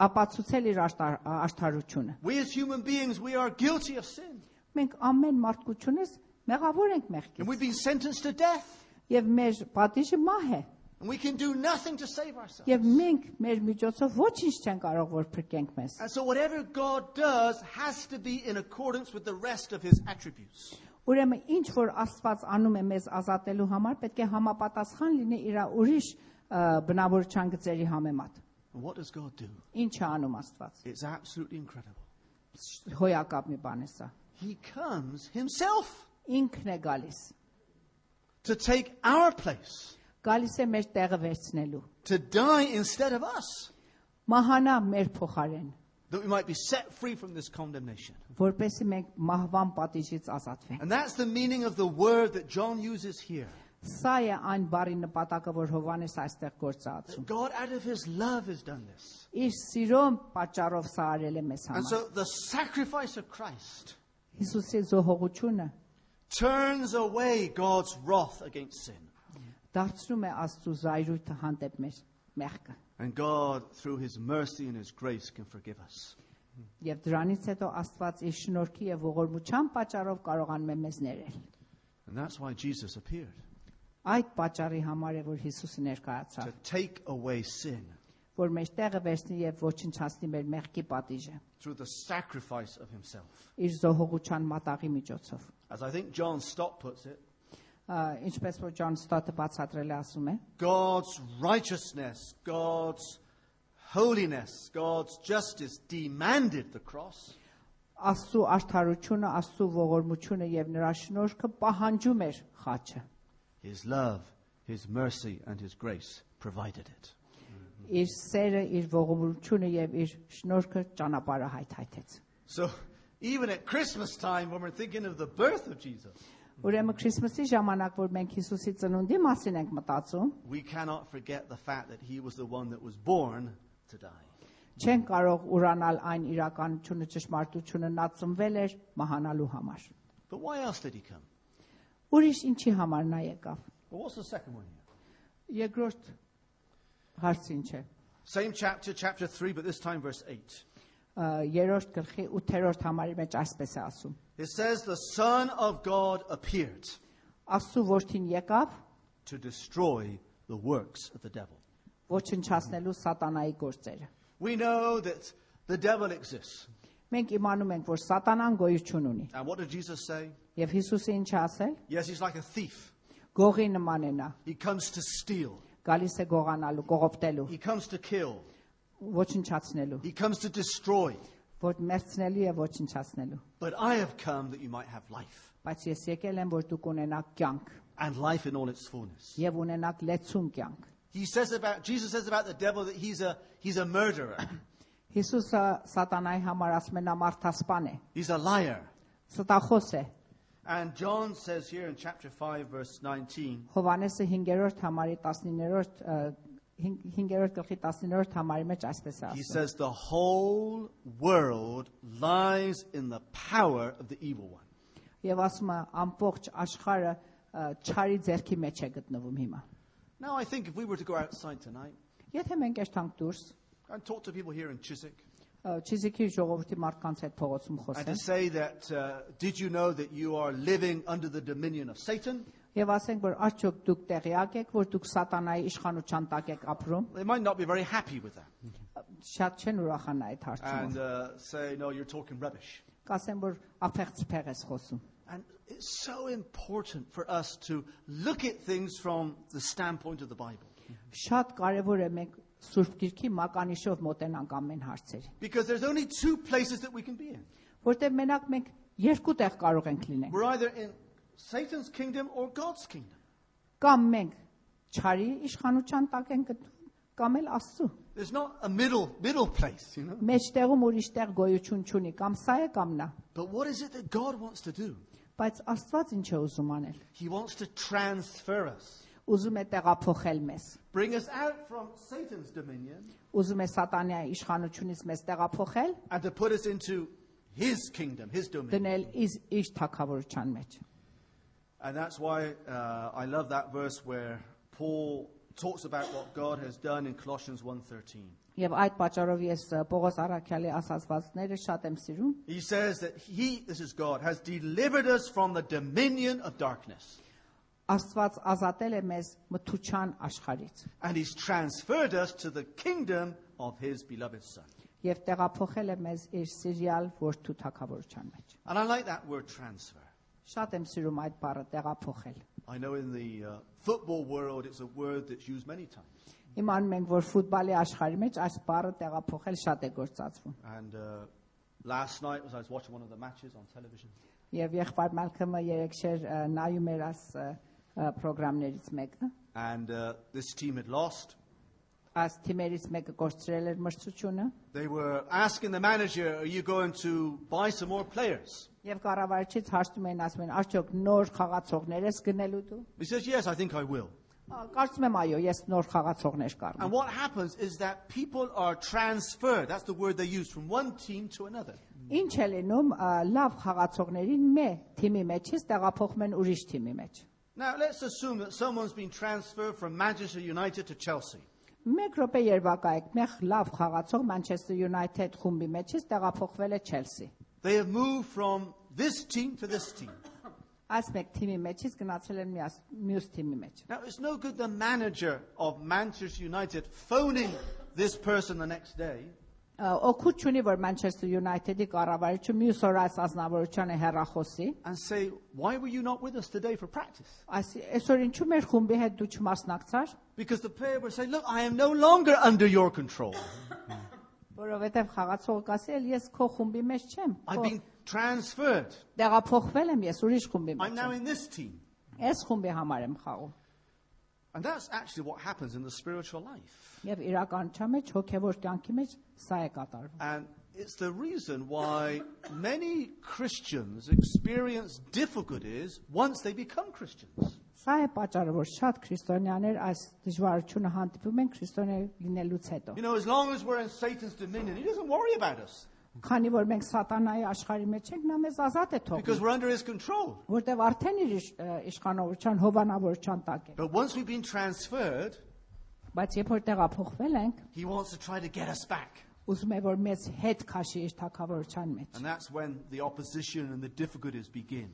Speaker 2: ապացուցել իր աշտար- աշտարությունը։
Speaker 1: We as human beings, we are guilty of sin.
Speaker 2: Մենք ամեն մարդկությունից մեղավոր ենք
Speaker 1: And
Speaker 2: մեղքի
Speaker 1: we've been sentenced to death.
Speaker 2: եւ մեր պատիժը մահ է
Speaker 1: And we can do nothing to save ourselves.
Speaker 2: եւ մենք մեր միջոցով ոչինչ չեն կարող որ փրկենք մեզ։
Speaker 1: And so whatever God does has to be in accordance with the rest of his attributes.
Speaker 2: Ուրեմն ինչ որ Աստված անում է մեզ ազատելու համար, պետք է համապատասխան լինի իր ուրիշ ա, բնավորչան գծերի համեմատ։
Speaker 1: And what does God do?
Speaker 2: Ինչ է անում Աստված։
Speaker 1: It's absolutely incredible.
Speaker 2: Հոյակապ մի բան է սա։
Speaker 1: He comes himself
Speaker 2: Ինքն է գալիս։
Speaker 1: to take our place,
Speaker 2: Գալիս է մեր տեղը վերցնելու։
Speaker 1: to die instead of us,
Speaker 2: Մահանա մեր փոխարեն,
Speaker 1: that we might be set free from this condemnation.
Speaker 2: որպեսզի մենք մահվան պատիժից ազատվենք։
Speaker 1: And that's the meaning of the word that John uses here.
Speaker 2: Սա է այն բարի նպատակը, որ Հովանես այստեղ գործածում։
Speaker 1: That God, out of his love, has done this.
Speaker 2: Իր սիրո պատճառով սա արել է մեզ
Speaker 1: And
Speaker 2: համար։
Speaker 1: so the sacrifice of Christ
Speaker 2: Հիսուսի զոհողությունը
Speaker 1: turns away God's wrath against sin.
Speaker 2: դարձնում է Աստծո զայրույթը հանդեպ մեր մեղքը։
Speaker 1: And God, through his mercy and his grace, can forgive us.
Speaker 2: Եվ դրանից հետո Աստված իր շնորհքի եւ ողորմության պատճառով կարողանում է մեզ ներել։
Speaker 1: And that's why Jesus appeared
Speaker 2: Այդ պատճառի համար է որ Հիսուսը ներկայացավ,
Speaker 1: to take away sin
Speaker 2: որ մեր տեղը վերցնի եւ ոչնչացնի մեր մեղքի պատիժը
Speaker 1: through the sacrifice of himself.
Speaker 2: իր զոհողության մատաղի միջոցով։
Speaker 1: As I think John Stott puts it,
Speaker 2: Ա, Ինչպես որ Ջոն Ստատը բացատրել է ասում է,
Speaker 1: God's righteousness, God's holiness, God's justice demanded the cross,
Speaker 2: Աստծո արդարությունը, Աստծո ողորմությունը եւ նրա շնորհքը պահանջում էր խաչը։
Speaker 1: his love, his mercy, and his grace provided it.
Speaker 2: իր սերը, իր ողորմությունը եւ իր շնորհքը ճանապարհը հայթայթեց։
Speaker 1: So, even at Christmas time, when we're thinking of the birth of Jesus,
Speaker 2: Ուրեմն Քրիսմասի ժամանակ, որ մենք Հիսուսի ծնունդի մասին ենք մտածում,
Speaker 1: we cannot forget the fact that he was the one that was born to die.
Speaker 2: չեն կարող ուրանալ այն իրականությունը, ճշմարտությունը նա ծնվել էր մահանալու համար։
Speaker 1: But why else did he come?
Speaker 2: Ուրիշ ինչի համար նա եկավ։
Speaker 1: Well, what's the second one here?
Speaker 2: Երկրորդ հարցը ինչ է։
Speaker 1: Same chapter, chapter 3, but this time verse 8.
Speaker 2: Ա, Երրորդ գլխի 8-րդ համարի մեջ այսպես է ասում.
Speaker 1: It says, The Son of God appeared
Speaker 2: Աստու որդին եկավ
Speaker 1: to destroy the works of the devil.
Speaker 2: ոչնչացնելու սատանայի գործերը։
Speaker 1: We know that the devil exists.
Speaker 2: Մենք իմանում ենք, որ սատանան գոյություն ունի։
Speaker 1: And what did Jesus say?
Speaker 2: Եվ Հիսուսը ինչ է ասել։
Speaker 1: Yes, he's like a thief.
Speaker 2: Գողի նման է նա։
Speaker 1: He comes to steal,
Speaker 2: Գալիս է գողանալու, կողոպտելու,
Speaker 1: he comes to kill,
Speaker 2: ոչնչացնելու,
Speaker 1: he comes to destroy.
Speaker 2: որ մերցնելու եւ ոչնչացնելու։
Speaker 1: But I have come that you might have life,
Speaker 2: Բայց ես եկել եմ, որ դուք ունենաք կյանք
Speaker 1: and life in all its fullness.
Speaker 2: եւ ունենաք լեցուն կյանք։
Speaker 1: He says about, Jesus says about the devil that he's a, he's a murderer,
Speaker 2: Հիսուսը սատանայի համար ասում է նա մարդասպան է,
Speaker 1: he's a liar.
Speaker 2: ստախոս է։
Speaker 1: And John says here in chapter 5, verse 19,
Speaker 2: Հովանեսը 5-րդ համարի 19-րդ 5-րդ գլխի 19-րդ համարի մեջ այսպես է
Speaker 1: he
Speaker 2: ասում.
Speaker 1: says, The whole world lies in the power of the evil one.
Speaker 2: Եվ ասում է ամբողջ աշխարհը ա, չարի ձեռքի մեջ է գտնվում հիմա։
Speaker 1: Now, I think if we were to go outside tonight
Speaker 2: Եթե մենք երթանք դուրս,
Speaker 1: and talk to people here in Chiswick
Speaker 2: ա, Չիզիկի ժողովրդի մարդկանց հետ փողոցում
Speaker 1: and to
Speaker 2: խոսենք,
Speaker 1: say that, uh, did you know that you are living under the dominion of Satan?
Speaker 2: Եվ ասենք որ արդյոք դուք տեղյակ եք, որ դուք սատանայի իշխանության տակ եք ապրում,
Speaker 1: They might not be very happy with that
Speaker 2: շատ չեն ուրախանա այդ
Speaker 1: and
Speaker 2: հարցում։
Speaker 1: uh, say, no, you're talking rubbish.
Speaker 2: Կասեմ որ ափեղցփեղ ես խոսում։
Speaker 1: And it's so important for us to look at things from the standpoint of the Bible.
Speaker 2: Շատ կարևոր է մենք Սուրբ Գիրքի մականիշով մոտենանք ամեն հարցերին,
Speaker 1: Because there's only two places that we can be in.
Speaker 2: որտեղ մենակ մենք երկու տեղ կարող ենք լինել։
Speaker 1: We're either in Satan's kingdom or God's kingdom.
Speaker 2: Կամ մենք չարի իշխանության տակ ենք գտնվում, կամ էլ Աստծո։
Speaker 1: There's not a middle, middle place, you know.
Speaker 2: Մեջտեղում ուրիշտեղ գոյություն չունի, կամ սա է, կամ նա։
Speaker 1: But what is it that God wants to do?
Speaker 2: Բայց Աստված ինչ է ուզում անել։
Speaker 1: He wants to transfer us,
Speaker 2: Ուզում է տեղափոխել մեզ։
Speaker 1: bring us out from Satan's dominion,
Speaker 2: Ուզում է սատանայի իշխանությունից մեզ տեղափոխել
Speaker 1: and to put us into his kingdom, his dominion.
Speaker 2: դնել իս իր թակավորության մեջ։
Speaker 1: And that's why uh, I love that verse where Paul talks about what God has done in Colossians 1.13.
Speaker 2: Եվ այդ պատճառով ես ը, Պողոս Արաքյալի ասացվածները շատ եմ սիրում։
Speaker 1: He says that he, this is God, has delivered us from the dominion of darkness,
Speaker 2: Աստված ազատել է մեզ մթության աշխարից
Speaker 1: and he's transferred us to the kingdom of his beloved Son.
Speaker 2: եւ տեղափոխել է մեզ իր սիրիալ որդու թակավորության մեջ։
Speaker 1: And I like that word transfer.
Speaker 2: Շատ եմ սիրում այդ բառը տեղափոխել։
Speaker 1: I know in the uh, football world it's a word that's used many times.
Speaker 2: Իմանում ենք, որ ֆուտբալի աշխարհի մեջ այս բառը տեղափոխել շատ է գործածվում։
Speaker 1: And uh, last night, as I was watching one of the matches on television,
Speaker 2: Եվ եղբայր Մալքոմը երեքշեր ա, նայում էր այս ա, ա, պրոգրամներից մեկը։
Speaker 1: and uh, this team had lost,
Speaker 2: Այս թիմերից մեկը կորցրել էր մրցությունը
Speaker 1: they were asking the manager, Are you going to buy some more players?
Speaker 2: եւ կառավարչից հարցում էին ասում են, արդյոք նոր խաղացողներ ես գնելու դու։
Speaker 1: He says, Yes, I think I will.
Speaker 2: Ա, Կարծում եմ այո, ես նոր խաղացողներ կառնեմ։
Speaker 1: And what happens is that people are transferred. That's the word they use from one team to another.
Speaker 2: Ինչ է լինում ա, լավ խաղացողներին մե թիմի մեջից տեղափոխում են ուրիշ թիմի մեջ։
Speaker 1: Now, let's assume that someone's been transferred from Manchester United to Chelsea.
Speaker 2: Մեկ րոպե երվակայեք, մեխ լավ խաղացող Manchester United խումբի մեջից տեղափոխվել է Chelsea։
Speaker 1: They have moved from this team to this team.
Speaker 2: Այս մեկ թիմի մեջից գնացել են միաս- մյուս թիմի մեջ։
Speaker 1: Now, it's no good the manager of Manchester United phoning this person the next day
Speaker 2: Ա, Օգուտ չունի, որ Manchester United-ի կառավարիչը մյուս օր այս ազնվորությանը հերախոսի։
Speaker 1: and say, Why were you not with us today for practice?
Speaker 2: Այս այսօր ինչու՞ մեր խումբի հետ դու չմասնակցար,
Speaker 1: Because the player would say, Look, I am no longer under your control.
Speaker 2: որովհետև խաղացողը կասի, «Էլ ես քո խումբի մեջ չեմ։
Speaker 1: I've
Speaker 2: քո-
Speaker 1: been transferred.
Speaker 2: Տեղափոխվել եմ ես ուրիշ խումբի
Speaker 1: I'm
Speaker 2: մեջ։
Speaker 1: now in this team.
Speaker 2: եմ, Այս խումբի համար եմ խաղում»։
Speaker 1: And that's actually what happens in the spiritual life.
Speaker 2: Եվ իրականության մեջ հոգևոր կյանքի մեջ սա է կատարվում։
Speaker 1: And it's the reason why many Christians experience difficulties once they become Christians.
Speaker 2: Սա է պատճառը, որ շատ քրիստոնյաներ այս դժվարությունը հանդիպում են քրիստոնյա լինելուց հետո։
Speaker 1: You know, as long as we're in Satan's dominion, he doesn't worry about us
Speaker 2: Քանի որ մենք սատանայի աշխարհի մեջ ենք, նա մեզ ազատ է
Speaker 1: because
Speaker 2: թողնում,
Speaker 1: we're under his control.
Speaker 2: որտեղ արդեն իր իշ- ը, իշխանողության հովանավորության տակ է։
Speaker 1: But once we've been transferred,
Speaker 2: Բայց երբ որ տեղափոխվել ենք,
Speaker 1: he wants to try to get us back.
Speaker 2: ուզում է որ մեզ հետ քաշի իր թակավորության մեջ։
Speaker 1: And that's when the opposition and the difficulties begin.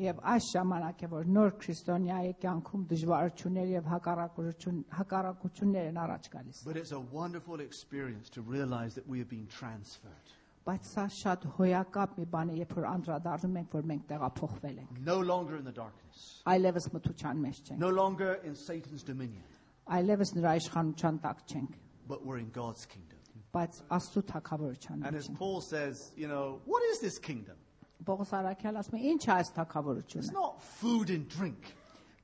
Speaker 2: Եվ այս ժամանակ է որ նոր քրիստոնյայի կյանքում դժվարություններ եւ հակառակություն հակառակություններ են առաջ գալիս։
Speaker 1: But it's a wonderful experience to realize that we have been transferred.
Speaker 2: Բայց սա շատ հոյակապ մի բան է, երբ որ անդրադառնում ենք, որ մենք տեղափոխվել ենք։
Speaker 1: No longer in the darkness,
Speaker 2: Այլևս մթության մեջ չենք։
Speaker 1: no longer in Satan's dominion,
Speaker 2: Այլևս նրա իշխանության տակ չենք,
Speaker 1: but we're in God's kingdom.
Speaker 2: բայց Աստծո թակավորության
Speaker 1: And
Speaker 2: մեջ։
Speaker 1: as
Speaker 2: ենք։
Speaker 1: Paul says, you know, what is this kingdom?
Speaker 2: Պողոս Արաքյալ ասում է, ի՞նչ է այս
Speaker 1: It's
Speaker 2: թակավորությունը։
Speaker 1: not food and drink,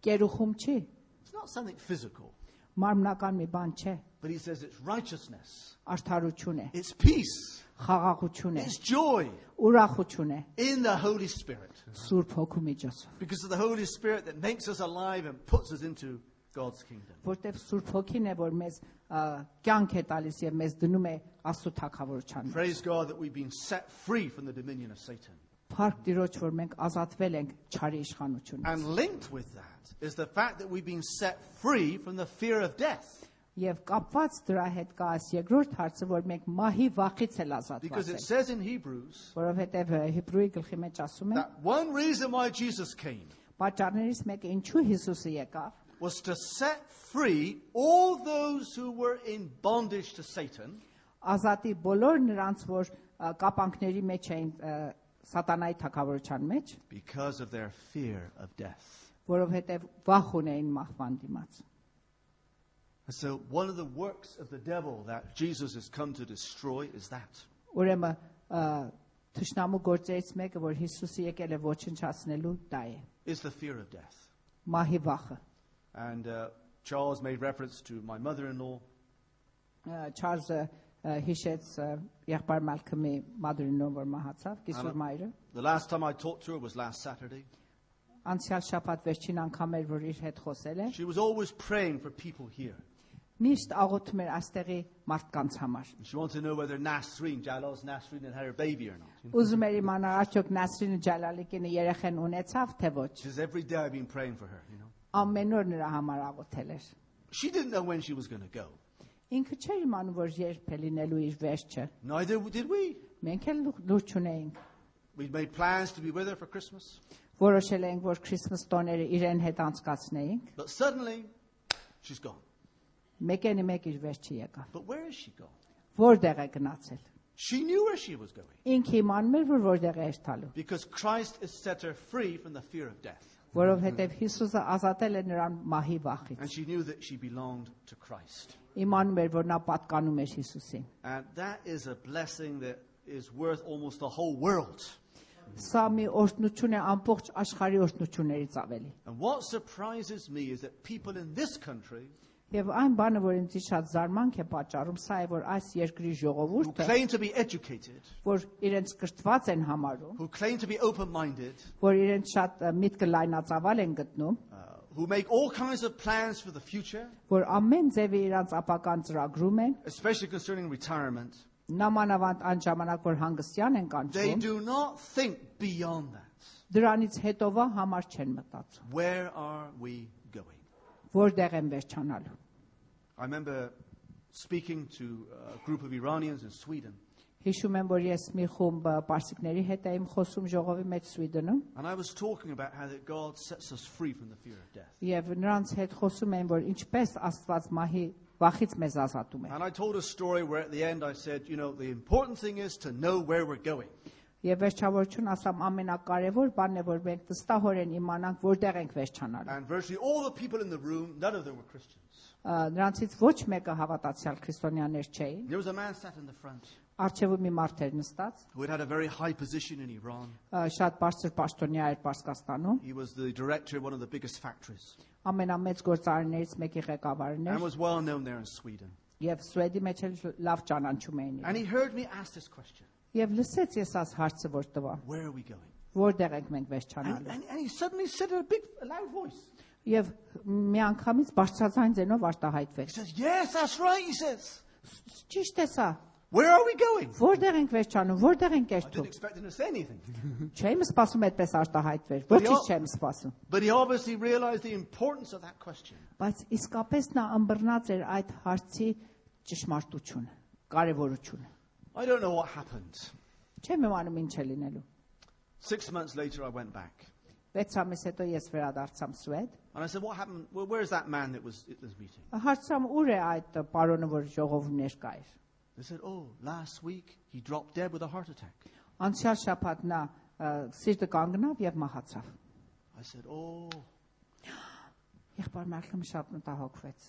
Speaker 2: Կերուխում չի,
Speaker 1: it's not something physical,
Speaker 2: մարմնական մի բան չէ,
Speaker 1: but he says it's righteousness,
Speaker 2: արդարություն է,
Speaker 1: it's peace,
Speaker 2: խաղաղություն է,
Speaker 1: it's joy
Speaker 2: ուրախություն է
Speaker 1: in the Holy Spirit.
Speaker 2: Սուրբ Հոգու միջոցով,
Speaker 1: Because of the Holy Spirit that makes us alive and puts us into God's kingdom.
Speaker 2: որտեղ Սուրբ Հոգին է, որ մեզ ա, կյանք է տալիս եւ մեզ dնում է Աստծո թակավորության։ մեջ։
Speaker 1: Praise God that we've been set free from the dominion of Satan.
Speaker 2: Փառք Տիրոջ, որ մենք ազատվել ենք չարի իշխանությունից։
Speaker 1: And linked with that is the fact that we've been set free from the fear of death.
Speaker 2: Եվ կապված դրա հետ կա այս երկրորդ հարցը, որ մենք մահի վախից էլ
Speaker 1: Because
Speaker 2: ազատված
Speaker 1: it
Speaker 2: ենք,
Speaker 1: says in Hebrews
Speaker 2: որովհետև ը, Հիբրուի գլխի մեջ ասում է,
Speaker 1: that one reason why Jesus came
Speaker 2: պատճառներից մեկը ինչու Հիսուսը եկավ,
Speaker 1: was to set free all those who were in bondage to Satan
Speaker 2: ազատի բոլոր նրանց, որ ը, կապանքների մեջ էին ը, սատանայի թակավորության մեջ,
Speaker 1: because of their fear of death.
Speaker 2: որովհետև վախ ունեին մահվան դիմաց։
Speaker 1: And so, one of the works of the devil that Jesus has come to destroy is that.
Speaker 2: Ուրեմն ը, թշնամու գործերից մեկը, որ Հիսուսը եկել է ոչնչացնելու, դա է
Speaker 1: is the fear of death.
Speaker 2: մահի վախը։
Speaker 1: And uh, Charles made reference to my mother in law,
Speaker 2: Ա, Չարլզը ա, հիշեց ա, եղբայր Մալքոմի մադրինով որ մահացավ,
Speaker 1: Ալո։
Speaker 2: կիսուր մայրը։
Speaker 1: the last time I talked to her was last Saturday.
Speaker 2: Անցյալ շաբաթ վերջին անգամ էր որ իր հետ խոսել է։
Speaker 1: She was always praying for people here.
Speaker 2: Միշտ աղոթում էր այստեղի մարդկանց համար։
Speaker 1: And she wanted to know whether Nasreen, Jalal's Nasreen, had had her baby or not.
Speaker 2: Ուզում էր իմանալ արդյոք Նասրին Ջալալիկինը երեխան ունեցավ թե ոչ։
Speaker 1: She says, every day I've been praying for her, you know.
Speaker 2: Ամեն օր նրա համար աղոթել էր։
Speaker 1: She didn't know when she was going to go.
Speaker 2: Ինքը չէր իմանում որ երբ է լինելու իր վերջը։
Speaker 1: Neither did we.
Speaker 2: Մենք էլ լու- լուրջ ունեինք։
Speaker 1: We'd made plans to be with her for Christmas.
Speaker 2: Որոշել էինք որ Քրիսմաս տոները իրեն հետ անցկացնեինք։
Speaker 1: But suddenly, she's gone.
Speaker 2: Մեկենի մեկ իր վերջը եկավ։
Speaker 1: But where is she gone?
Speaker 2: Որտեղ է գնացել։
Speaker 1: She knew where she was going
Speaker 2: Ինքը իմանում էր, որ որտեղ է աշտալու,
Speaker 1: because Christ has set her free from the fear of death.
Speaker 2: որովհետև Հիսուսը ազատել է նրան մահի վախից։
Speaker 1: And she knew that she belonged to Christ.
Speaker 2: Իմանում էր, որ նա պատկանում էր Հիսուսին։
Speaker 1: And that is a blessing that is worth almost the whole world.
Speaker 2: Սա մի օրհնություն է ամբողջ աշխարհի օրհնություններից ավելի։
Speaker 1: And what surprises me is that people in this country
Speaker 2: Եվ այն բանը, որ ինձ շատ զարմանք է պատճառում, սա է, որ այս երկրի
Speaker 1: who
Speaker 2: ժողովուրդը,
Speaker 1: claim to be educated,
Speaker 2: որ իրենց կրթված են համարում,
Speaker 1: who claim to be open minded,
Speaker 2: որ իրենց շատ ը, միտքը լայնացավալ են գտնում,
Speaker 1: uh, who make all kinds of plans for the future,
Speaker 2: որ ամեն ձևի իրանց ապական ծրագրում են,
Speaker 1: especially concerning retirement,
Speaker 2: նամանավանդ այն ժամանակ, որ հանգստյան
Speaker 1: they
Speaker 2: են կանչում,
Speaker 1: do not think beyond that.
Speaker 2: դրանից հետովա համար չեն մտածում,
Speaker 1: Where are we going?
Speaker 2: որտեղ են վերջանալու։
Speaker 1: I remember speaking to a group of Iranians in Sweden,
Speaker 2: Հիշում եմ, որ ես մի խումբ ը, պարսիկների հետ եմ խոսում ժողովի մեջ Սվիդենում,
Speaker 1: and I was talking about how that God sets us free from the fear of death.
Speaker 2: եւ նրանց հետ խոսում եմ, որ ինչպես Աստված մահի վախից մեզ ազատում է։
Speaker 1: And I told a story where at the end I said, you know, the important thing is to know where we're going.
Speaker 2: Եվ վերջավորություն ասամ ամենակարևոր բանն է, որ մենք վստահորեն իմանանք, որտեղ ենք վերջանալու։
Speaker 1: And virtually all the people in the room, none of them were Christians.
Speaker 2: Ա, Նրանցից ոչ մեկը հավատացյալ քրիստոնյաներ չէին։
Speaker 1: There was a man sat in the front
Speaker 2: Արջևում մի մարդ էր նստած,
Speaker 1: who had had a very high position in Iran.
Speaker 2: ա, շատ բարձր պաշտոնյա էր Պարսկաստանում,
Speaker 1: He was the director of one of the biggest factories
Speaker 2: ամենամեծ գործարարներից մեկի ղեկավարն
Speaker 1: and
Speaker 2: էր
Speaker 1: was well known there in Sweden.
Speaker 2: եւ Սուեդի մեջ էլ լավ ճանաչում էին։ իրեն։
Speaker 1: And he heard me ask this question
Speaker 2: Եվ լսեց ես այս հարցը, որ տվա,
Speaker 1: Where are we going?
Speaker 2: որտեղ ենք մենք
Speaker 1: And,
Speaker 2: վերջանալու։
Speaker 1: and, and he suddenly said in a big, a loud voice,
Speaker 2: Եվ միանգամից բարձրացան ձենով
Speaker 1: He
Speaker 2: արտահայտվեց։
Speaker 1: says, Yes, that's right, he says.
Speaker 2: Ճիշտ է սա։
Speaker 1: Where are we going?
Speaker 2: Որտեղ ենք վերջանում, որտեղ ենք
Speaker 1: I didn't
Speaker 2: երթում։
Speaker 1: expect him to say anything.
Speaker 2: Չեմ սպասում այդպես արտահայտվեր։ Ոչինչ չեմ սպասում։
Speaker 1: but he obviously realized the importance of that question.
Speaker 2: Բայց իսկապես նա ըմբռնած էր այդ հարցի ճշմարտությունը, կարևորությունը։
Speaker 1: I don't know what happened.
Speaker 2: Չեմ իմանում ինչ է լինելու։
Speaker 1: Six months later, I went back.
Speaker 2: 6 ամիս հետո ես վերադարձամ Սուեդ։
Speaker 1: And I said, What happened? Well, where's that man that was at this meeting?
Speaker 2: Հարցամ ուր է այդ պարոնը, որ ժողովում ներկա էր։
Speaker 1: They said, Oh, last week he dropped dead with a heart attack.
Speaker 2: Անցյալ շաբաթ նա ը, սիրտը կանգնավ եւ մահացավ։
Speaker 1: I said, Oh,
Speaker 2: Եղբայր Մարկլում շատ մտահոգվեց։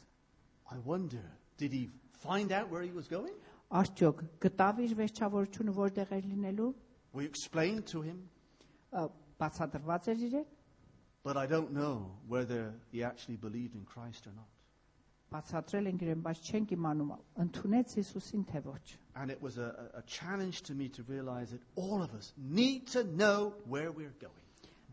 Speaker 1: I wonder, did he find out where he was going?
Speaker 2: Արդյոք գտավ իր վերջավորությունը որտեղ էր լինելու,
Speaker 1: We explained to him,
Speaker 2: ը, բացատրված էր իրեն,
Speaker 1: but I don't know whether he actually believed in Christ or not.
Speaker 2: բացատրել են իրեն, բայց չենք իմանում, ընդունեց Հիսուսին թե ոչ։
Speaker 1: And it was a, a a challenge to me to realize that all of us need to know where we're going.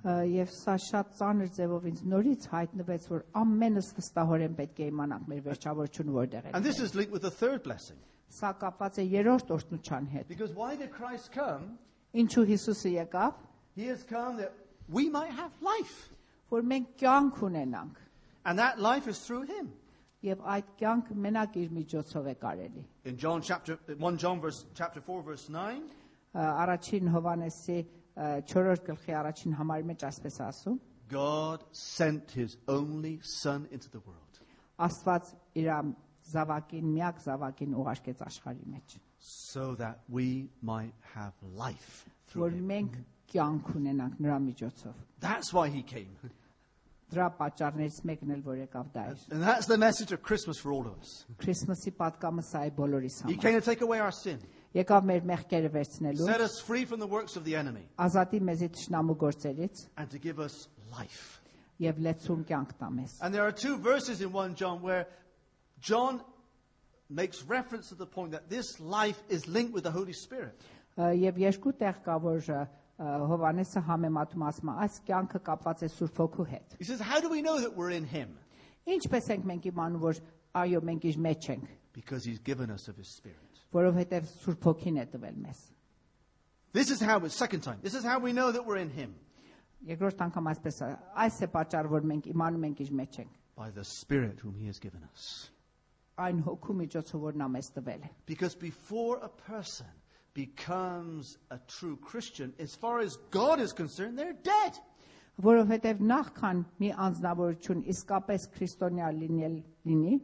Speaker 2: Ա, Եվ սա շատ ծանր ձևով ինձ նորից հայտնվեց, որ ամենս վստահորեն պետք է իմանանք մեր վերջավորությունը որտեղ է։
Speaker 1: And this is linked with the third blessing.
Speaker 2: Սա կապված է երրորդ օրհնության հետ։
Speaker 1: Because why did Christ come?
Speaker 2: Ինչու Հիսուսը եկավ,
Speaker 1: He has come that we might have life.
Speaker 2: որ մենք կյանք ունենանք,
Speaker 1: And that life is through him.
Speaker 2: եւ այդ կյանքը մենակ իր միջոցով է կարելի։
Speaker 1: In John chapter 1 John verse chapter 4 verse 9,
Speaker 2: Ա, Առաջին Հովանեսի 4-րդ գլխի առաջին համարի մեջ այսպես է ասում.
Speaker 1: God sent his only son into the world
Speaker 2: Աստված իր զավակին, միակ զավակին ուղարկեց աշխարհի մեջ,
Speaker 1: so that we might have life through
Speaker 2: որ
Speaker 1: him.
Speaker 2: մենք կյանք ունենանք նրա միջոցով։
Speaker 1: That's why he came.
Speaker 2: Դրա պատճառներից մեկն էլ որ եկավ դա էր։
Speaker 1: And that's the message of Christmas for all of us.
Speaker 2: Քրիսմասի պատկամը սա է բոլորիս
Speaker 1: He
Speaker 2: համար։
Speaker 1: came to take away our sin,
Speaker 2: Եկավ մեր մեղքերը վերցնելու,
Speaker 1: set us free from the works of the enemy,
Speaker 2: ազատի մեզի ճշնամու գործերից
Speaker 1: and to give us life.
Speaker 2: եւ լեցուն կյանք տա մեզ։
Speaker 1: And there are two verses in 1 John where John makes reference to the point that this life is linked with the Holy Spirit.
Speaker 2: Ա, Եվ երկու տեղ կա որ ա, Հովանեսը համեմատում ասում է, այս կյանքը կապված է Սուրբ Հոգու հետ։
Speaker 1: He says, How do we know that we're in him?
Speaker 2: Ինչպես ենք մենք իմանում որ այո մենք իր մեջ ենք,
Speaker 1: Because he's given us of his spirit.
Speaker 2: որովհետեւ Սուրբ Հոգին է տվել մեզ։
Speaker 1: This is how, second time, this is how we know that we're in him.
Speaker 2: Երկրորդ անգամ այսպես է, այս է պատճառը, որ մենք իմանում ենք իր մեջ ենք։
Speaker 1: By the spirit whom he has given us.
Speaker 2: Այն հոգու միջոցով, որ նա մեզ տվել է։
Speaker 1: Because before a person becomes a true Christian, as far as God is concerned, they're dead.
Speaker 2: Որովհետև նախքան մի անznավորություն իսկապես քրիստոնյա լինել լինի,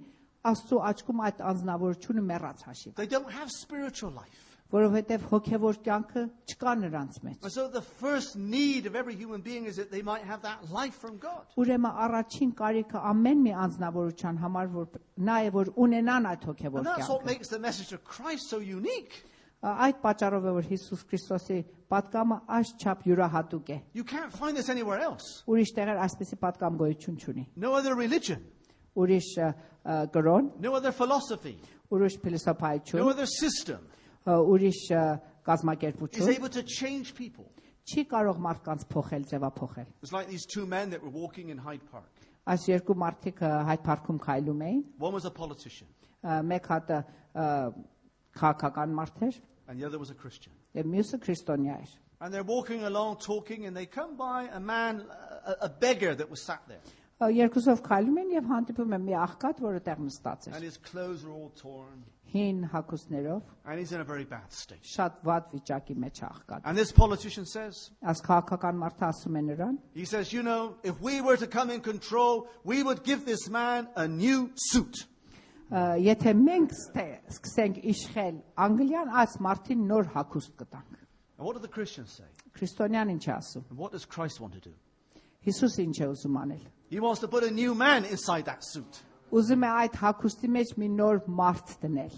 Speaker 2: Աստծո աչքում այդ անznավորությունը մեռած հաշիվ։
Speaker 1: They don't have spiritual life.
Speaker 2: որովհետև հոգևոր կյանքը չկա նրանց մեջ։
Speaker 1: And so the first need of every human being is that they might have that life from God.
Speaker 2: Ուրեմն առաջին կարիքը ամեն մի անznավորության համար որ նա է որ ունենան այդ
Speaker 1: And
Speaker 2: հոգևոր
Speaker 1: that's what
Speaker 2: կյանքը։
Speaker 1: makes the message of Christ so unique.
Speaker 2: Ա, Այդ պատճառով է որ Հիսուս Քրիստոսի պատկամը աշխապ յուրահատուկ է։
Speaker 1: You can't find this anywhere else.
Speaker 2: Ուրիշ տեղեր այսպեսի պատկամ գոյություն չունի։
Speaker 1: No other religion,
Speaker 2: Ուրիշ ա, ա, գրոն,
Speaker 1: no other philosophy,
Speaker 2: ուրիշ
Speaker 1: no
Speaker 2: փիլիսոփայություն,
Speaker 1: other system
Speaker 2: ա, ուրիշ ա,
Speaker 1: is
Speaker 2: կազմակերպություն
Speaker 1: able to change people.
Speaker 2: չի կարող մարդկանց փոխել, ձևափոխել։
Speaker 1: It's like these two men that were walking in Hyde Park.
Speaker 2: Այս երկու մարդիկ ա, Հայտ Պարկում քայլում էին։
Speaker 1: One was a politician
Speaker 2: ա, Մեկ հատը ա, քաղաքական մարդ էր
Speaker 1: and the other was a Christian.
Speaker 2: եւ մյուսը քրիստոնյա էր։
Speaker 1: And they're walking along talking and they come by a man, a, a beggar that was sat there.
Speaker 2: Ա, Երկուսով քայլում են եւ հանդիպում են մի աղքատ, որը տեղ նստած
Speaker 1: And
Speaker 2: էր։
Speaker 1: his clothes are all torn
Speaker 2: Հին հագուստներով
Speaker 1: and he's in a very bad state.
Speaker 2: շատ վատ վիճակի մեջ է աղքատ։
Speaker 1: And this politician says,
Speaker 2: Այս քաղաքական մարդը ասում է նրան.
Speaker 1: He says, you know, if we were to come in control, we would give this man a new suit.
Speaker 2: «Ա, Եթե մենք ստե- սկսենք իշխել Անգլիան, այս մարդին նոր հագուստ կտանք։
Speaker 1: And what do the Christians say?
Speaker 2: Քրիստոնյան ինչ է ասում։
Speaker 1: And what does Christ want to do?
Speaker 2: Հիսուսը ինչ է ուզում անել։
Speaker 1: He wants to put a new man inside that suit
Speaker 2: Ուզում է այդ հագուստի մեջ մի նոր մարդ դնել,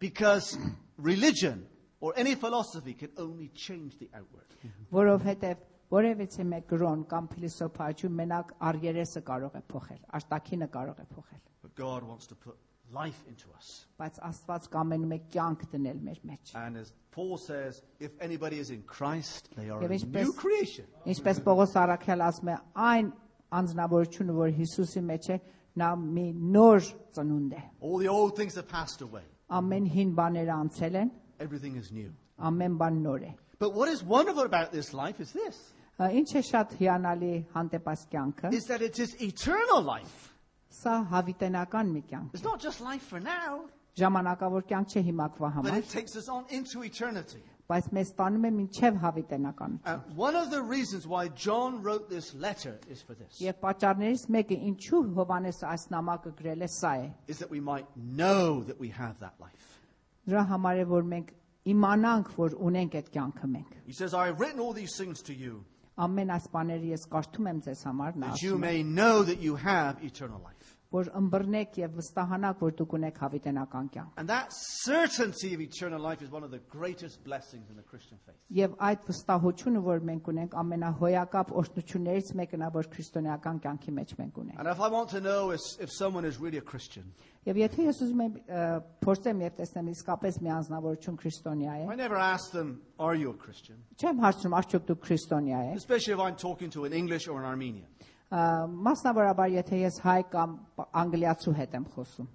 Speaker 1: because religion or any philosophy can only change the outward.
Speaker 2: որովհետև որևիցե մեկ գրոն կամ փիլիսոփայություն մենակ արիերեսը կարող է փոխել, արտաքինը կարող է փոխել,
Speaker 1: But God wants to put life into us.
Speaker 2: բայց Աստված կամենում է կյանք դնել մեր մեջ։
Speaker 1: And as Paul says, if anybody is in Christ, they are
Speaker 2: Yeah,
Speaker 1: a
Speaker 2: which
Speaker 1: new
Speaker 2: best-
Speaker 1: creation.
Speaker 2: Ինչպես Պողոս Արաքյալ ասում է, այն անznավորությունը, որ Հիսուսի մեջ է, նա մի նոր ծնունդ է։
Speaker 1: All the old things have passed away.
Speaker 2: Ամեն հին բաները անցել են,
Speaker 1: Everything is new.
Speaker 2: ամեն բան նոր է։
Speaker 1: But what is wonderful about this life is this,
Speaker 2: Ա, Ինչ է շատ հիանալի հանդեպաս կյանքը։
Speaker 1: is that it is eternal life.
Speaker 2: Սա հավիտենական մի կյանք։
Speaker 1: It's not just life for now,
Speaker 2: Ժամանակավոր կյանք չէ հիմակվա
Speaker 1: but
Speaker 2: համար,
Speaker 1: it takes us on into eternity.
Speaker 2: բայց մեզ տանում է մինչև հավիտենական։
Speaker 1: And one of the reasons why John wrote this letter is for this,
Speaker 2: Եվ պատճառներից մեկը ինչու Հովանես այս նամակը գրել է սա է։
Speaker 1: is that we might know that we have that life.
Speaker 2: Դրա համար է որ մենք իմանանք, որ ունենք այդ կյանքը մենք։
Speaker 1: He says, I have written all these things to you
Speaker 2: Ամեն այս բաները ես կարդում եմ ձեզ համար, նա
Speaker 1: that you
Speaker 2: ասում է,
Speaker 1: may know that you have eternal life.
Speaker 2: որ ըմբռնեք եւ վստահանաք, որ դուք ունեք հավիտենական կյանք։
Speaker 1: And that certainty of eternal life is one of the greatest blessings in the Christian faith.
Speaker 2: Եվ այդ վստահությունը, որ մենք ունենք, ամենահոյակապ օրհնություններից մեկն է, որ քրիստոնեական կյանքի մեջ մենք ունենք։
Speaker 1: And if I want to know if, if someone is really a Christian,
Speaker 2: Եվ եթե ես ուզում եմ ը, փորձեմ եւ տեսնեմ իսկապես մի անznավորություն քրիստոնյա է,
Speaker 1: I never ask them, Are you a Christian?
Speaker 2: չեմ հարցնում արդյոք դու քրիստոնյա ես։
Speaker 1: Especially if I'm talking to an English or an Armenian.
Speaker 2: Ա, Մասնավորաբար եթե ես հայ կամ պ- անգլիացու հետ եմ խոսում,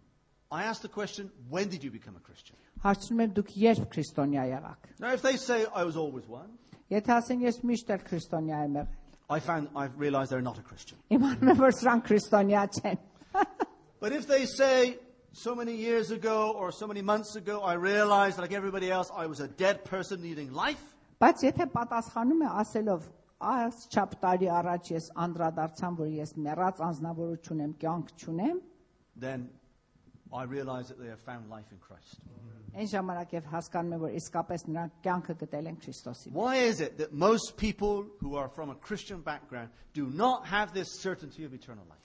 Speaker 1: I ask the question, When did you become a Christian?
Speaker 2: հարցնում եմ դուք երբ քրիստոնյա եղաք։
Speaker 1: Now, if they say I was always one,
Speaker 2: Եթե ասեն ես միշտ էլ քրիստոնյա եմ եղել,
Speaker 1: I found I've realised they're not a Christian.
Speaker 2: իմանում եմ որ սրանք քրիստոնյա չեն։
Speaker 1: But if they say so many years ago or so many months ago, I realised, like everybody else, I was a dead person needing life.
Speaker 2: Բայց եթե պատասխանում է ասելով այս չափ տարի առաջ ես անդրադարձան, որ ես մեռած անznավորություն եմ, կյանք չունեմ,
Speaker 1: Then I realise that they have found life in Christ.
Speaker 2: այն ժամանակ եւ հասկանում եմ որ իսկապես նրանք կյանքը գտել են Քրիստոսի
Speaker 1: Why is it that most people who are from a Christian background do not have this certainty of eternal life?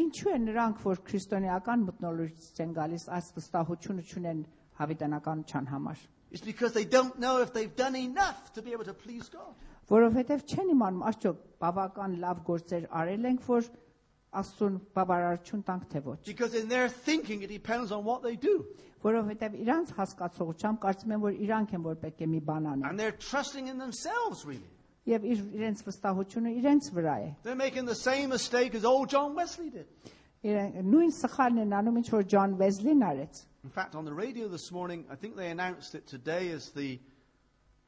Speaker 2: Ինչու են նրանք, որ քրիստոնեական մտնոլորտից են գալիս, այս վստահությունը չունեն հավիտենականության համար,
Speaker 1: It's because they don't know if they've done enough to be able to please God.
Speaker 2: որովհետև չեն իմանում, արդյոք բավական լավ գործեր արել ենք, որ Աստուն բավարարություն տանք թե ոչ,
Speaker 1: Because in their thinking, it depends on what they do.
Speaker 2: որովհետև իրանց հասկացողությամբ կարծում են, որ իրանք են որ պետք է մի բան անեն,
Speaker 1: And they're trusting in themselves, really.
Speaker 2: եւ իր- իրենց վստահությունը իրենց վրա է։
Speaker 1: They're making the same mistake as old John Wesley did.
Speaker 2: Իրեն նույն սխալն են անում, ինչ որ Ջան Վեսլին արեց։
Speaker 1: In fact, on the radio this morning, I think they announced that today is the,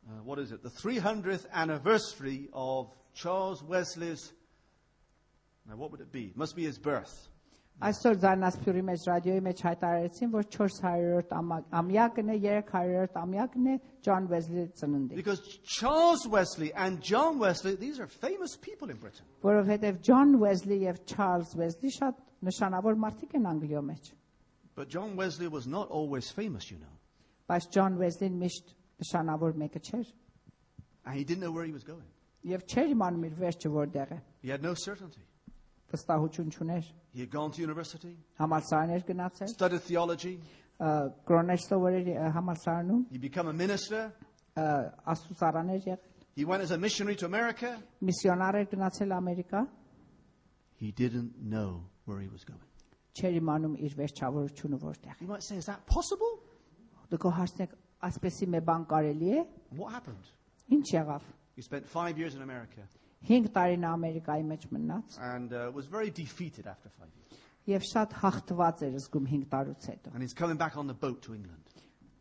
Speaker 1: uh, what is it, the 300th anniversary of Charles Wesley's, now what would it be? Must be his birth.
Speaker 2: Այսօր Զանասփյուրի մեջ ռադիոյի մեջ հայտարարեցին, որ 400-րդ ամա- ամյակն է, 300-րդ ամյակն է Ջան Վեսլի ծննդի,
Speaker 1: Because Charles Wesley and John Wesley, these are famous people in Britain.
Speaker 2: որովհետև Ջան Վեսլի եւ Չարլզ Վեսլի շատ նշանավոր մարդիկ են Անգլիոյի մեջ,
Speaker 1: But John Wesley was not always famous, you know.
Speaker 2: բայց Ջան Վեսլին միշտ նշանավոր մեկը չէր
Speaker 1: And he didn't know where he was going.
Speaker 2: եւ չէր իմանում իր վերջը որտեղ է
Speaker 1: He had no certainty.
Speaker 2: վստահություն չուներ
Speaker 1: He had gone to university,
Speaker 2: համալսարան էր գնացել
Speaker 1: studied theology,
Speaker 2: ը, կրոներ սովորել ը, համալսարանում
Speaker 1: he became a minister,
Speaker 2: ը, աստուծարան էր եղել
Speaker 1: he went as a missionary to America.
Speaker 2: միսիոնար էր գնացել ամերիկա
Speaker 1: He didn't know where he was going.
Speaker 2: չէր իմանում իր վերջավորությունը որտեղ է
Speaker 1: You might say, is that possible?
Speaker 2: դուք հարցնեք այսպեսի մի բան կարելի է
Speaker 1: And what happened?
Speaker 2: ինչ եղավ
Speaker 1: He spent five years in America
Speaker 2: 5 տարին ամերիկայի մեջ մնաց
Speaker 1: and uh, was very defeated after five years.
Speaker 2: եւ շատ հաղթված էր զգում 5 տարուց հետո
Speaker 1: And he's coming back on the boat to England.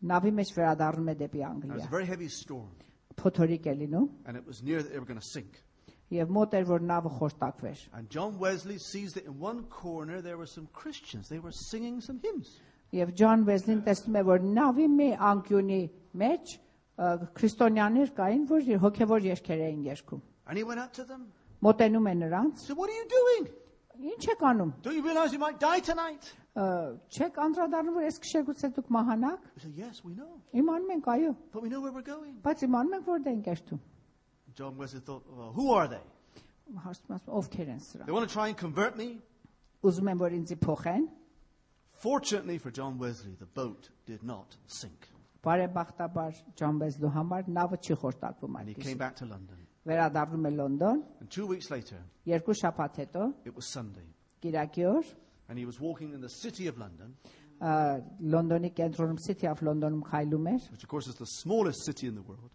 Speaker 2: նավի մեջ վերադառնում է դեպի
Speaker 1: Now, it was a
Speaker 2: Անգլիա
Speaker 1: very heavy storm,
Speaker 2: փոթորիկ է լինում
Speaker 1: and it was near that they were going to sink.
Speaker 2: եւ մոտ էր որ նավը խորտակվեր
Speaker 1: And John Wesley sees that in one corner there were some Christians. They were singing some hymns.
Speaker 2: եւ Ջոն Վեսլին տեսնում է որ նավի մի անկյունի մեջ ը, քրիստոնյաներ կային որ եր- հոգեվոր երգեր էին երգում
Speaker 1: And he went up to them.
Speaker 2: մոտենում է նրանց
Speaker 1: He said, What are you doing?
Speaker 2: ի՞նչ եք անում
Speaker 1: Don't you realize you might die tonight?
Speaker 2: Ա, չեք անդրադառնում որ այս քշերգուց դուք մահանաք
Speaker 1: He said, Yes, we know.
Speaker 2: Իմանում ենք այո,
Speaker 1: But we know where we're going.
Speaker 2: բայց իմանում ենք որտե ենք աշխատում։
Speaker 1: John Wesley thought, well, Who are they?
Speaker 2: Հարցում ասում ովքեր են սրանք։
Speaker 1: They want to try and convert me.
Speaker 2: Ուզում են որ ինձի փոխեն։
Speaker 1: Fortunately for John Wesley, the boat did not sink.
Speaker 2: Բարեբախտաբար Ջամբեզլու համար նավը չի խորտակվում
Speaker 1: And he
Speaker 2: այնտեղ։
Speaker 1: came back to London.
Speaker 2: Վերադառնում է Լոնդոն,
Speaker 1: And two weeks later,
Speaker 2: երկու շաբաթ հետո,
Speaker 1: it was Sunday.
Speaker 2: Կիրակի օր,
Speaker 1: And he was walking in the city of London,
Speaker 2: ա, Լոնդոնի կենտրոնում City of London-ում քայլում էր,
Speaker 1: which of course is the smallest city in the world.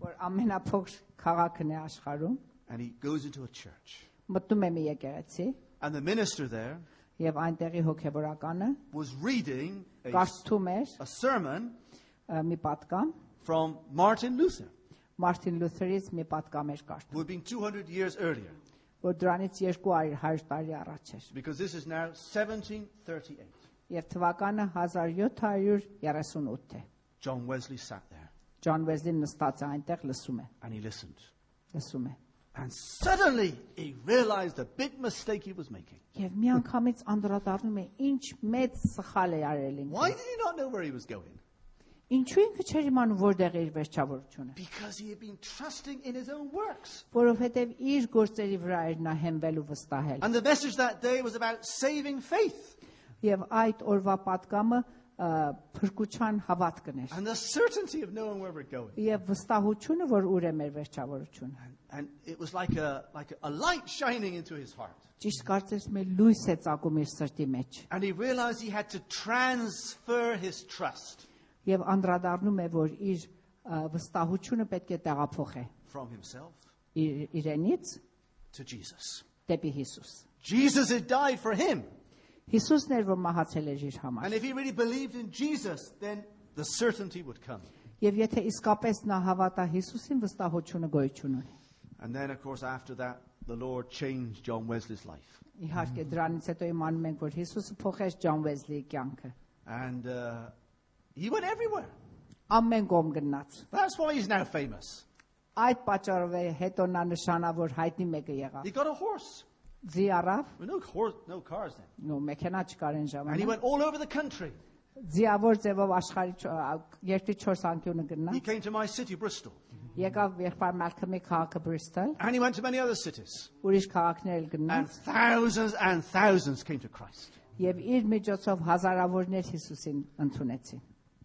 Speaker 2: որ ամենափոքր քաղաքն է աշխարհում,
Speaker 1: And he goes into a church.
Speaker 2: մտնում է մի եկեղեցի
Speaker 1: And the minister there
Speaker 2: եւ այնտեղի հոգեվորականը
Speaker 1: was reading a,
Speaker 2: կարդում էր
Speaker 1: a sermon
Speaker 2: ա, մի պատկան
Speaker 1: from Martin Luther,
Speaker 2: Մարտին Լյութերից մի պատկան էր կարդում,
Speaker 1: who had been 200 years earlier,
Speaker 2: որ դրանից 200 տարի առաջ էր։
Speaker 1: because this is now 1738.
Speaker 2: եւ թվականը 1738 է։
Speaker 1: John Wesley sat there
Speaker 2: Ջոն Վեսլին նստած է այնտեղ լսում է,
Speaker 1: and he listened.
Speaker 2: լսում է։
Speaker 1: And suddenly he realized the big mistake he was making.
Speaker 2: Եվ միանգամից անդրադառնում է, ինչ մեծ սխալ է արել ինքը։
Speaker 1: Why did he not know where he was going?
Speaker 2: Ինչու ինքը չէր իմանում որտեղ է իր վերջավորությունը,
Speaker 1: Because he had been trusting in his own works.
Speaker 2: որովհետեւ իր գործերի վրա էր նա հենվել ու վստահել։
Speaker 1: And the message that day was about saving faith
Speaker 2: Եվ այդ օրվա պատկամը ա, փրկության հավատքն էր։
Speaker 1: and the certainty of knowing where we're going.
Speaker 2: Եվ վստահությունը, որ ուր է մեր վերջավորությունը։
Speaker 1: And, and it was like a, like a light shining into his heart.
Speaker 2: Ճիշտ կարծես մեր լույս է ծակում իր սրտի մեջ։
Speaker 1: And he realized he had to transfer his trust
Speaker 2: եւ անդրադառնում է որ իր ա, վստահությունը պետք է տեղափոխի
Speaker 1: from himself
Speaker 2: իր իրենից
Speaker 1: to Jesus.
Speaker 2: դեպի Հիսուս։
Speaker 1: Jesus had died for him.
Speaker 2: Հիսուսն էր որ մահացել էր իր
Speaker 1: And
Speaker 2: համար։
Speaker 1: if he really believed in Jesus, then the certainty would come.
Speaker 2: Եվ եթե իսկապես նա հավատա Հիսուսին, վստահությունը գոյություն ունի։
Speaker 1: And then, of course, after that, the Lord changed John Wesley's life.
Speaker 2: Իհարկե դրանից հետո իմանում ենք որ Հիսուսը փոխեց Ջոն Վեսլիի կյանքը։
Speaker 1: And uh, he went everywhere.
Speaker 2: Ամեն կողմ գնաց։
Speaker 1: That's why he's now famous.
Speaker 2: Այդ պատճառով է հետո նա նշանավոր հայտնի մեկը եղավ։
Speaker 1: He got a horse.
Speaker 2: Ձի առավ,
Speaker 1: Well, no, horse, no cars then.
Speaker 2: նո մեքենա չկար այն
Speaker 1: And he
Speaker 2: ժամանակ։
Speaker 1: went all over the country.
Speaker 2: Ձիավոր ձևով աշխարհի չո- ա, երկրի 4 անկյունը
Speaker 1: He
Speaker 2: գնաց։
Speaker 1: came to my city, Bristol.
Speaker 2: Եկավ եղբայր Մալքոմի քաղաքը Բրիստոլ,
Speaker 1: And he went to many other cities.
Speaker 2: ուրիշ քաղաքներ էլ
Speaker 1: And
Speaker 2: գնաց
Speaker 1: thousands and thousands came to Christ.
Speaker 2: եւ իր միջոցով հազարավորներ Հիսուսին ընդունեցին։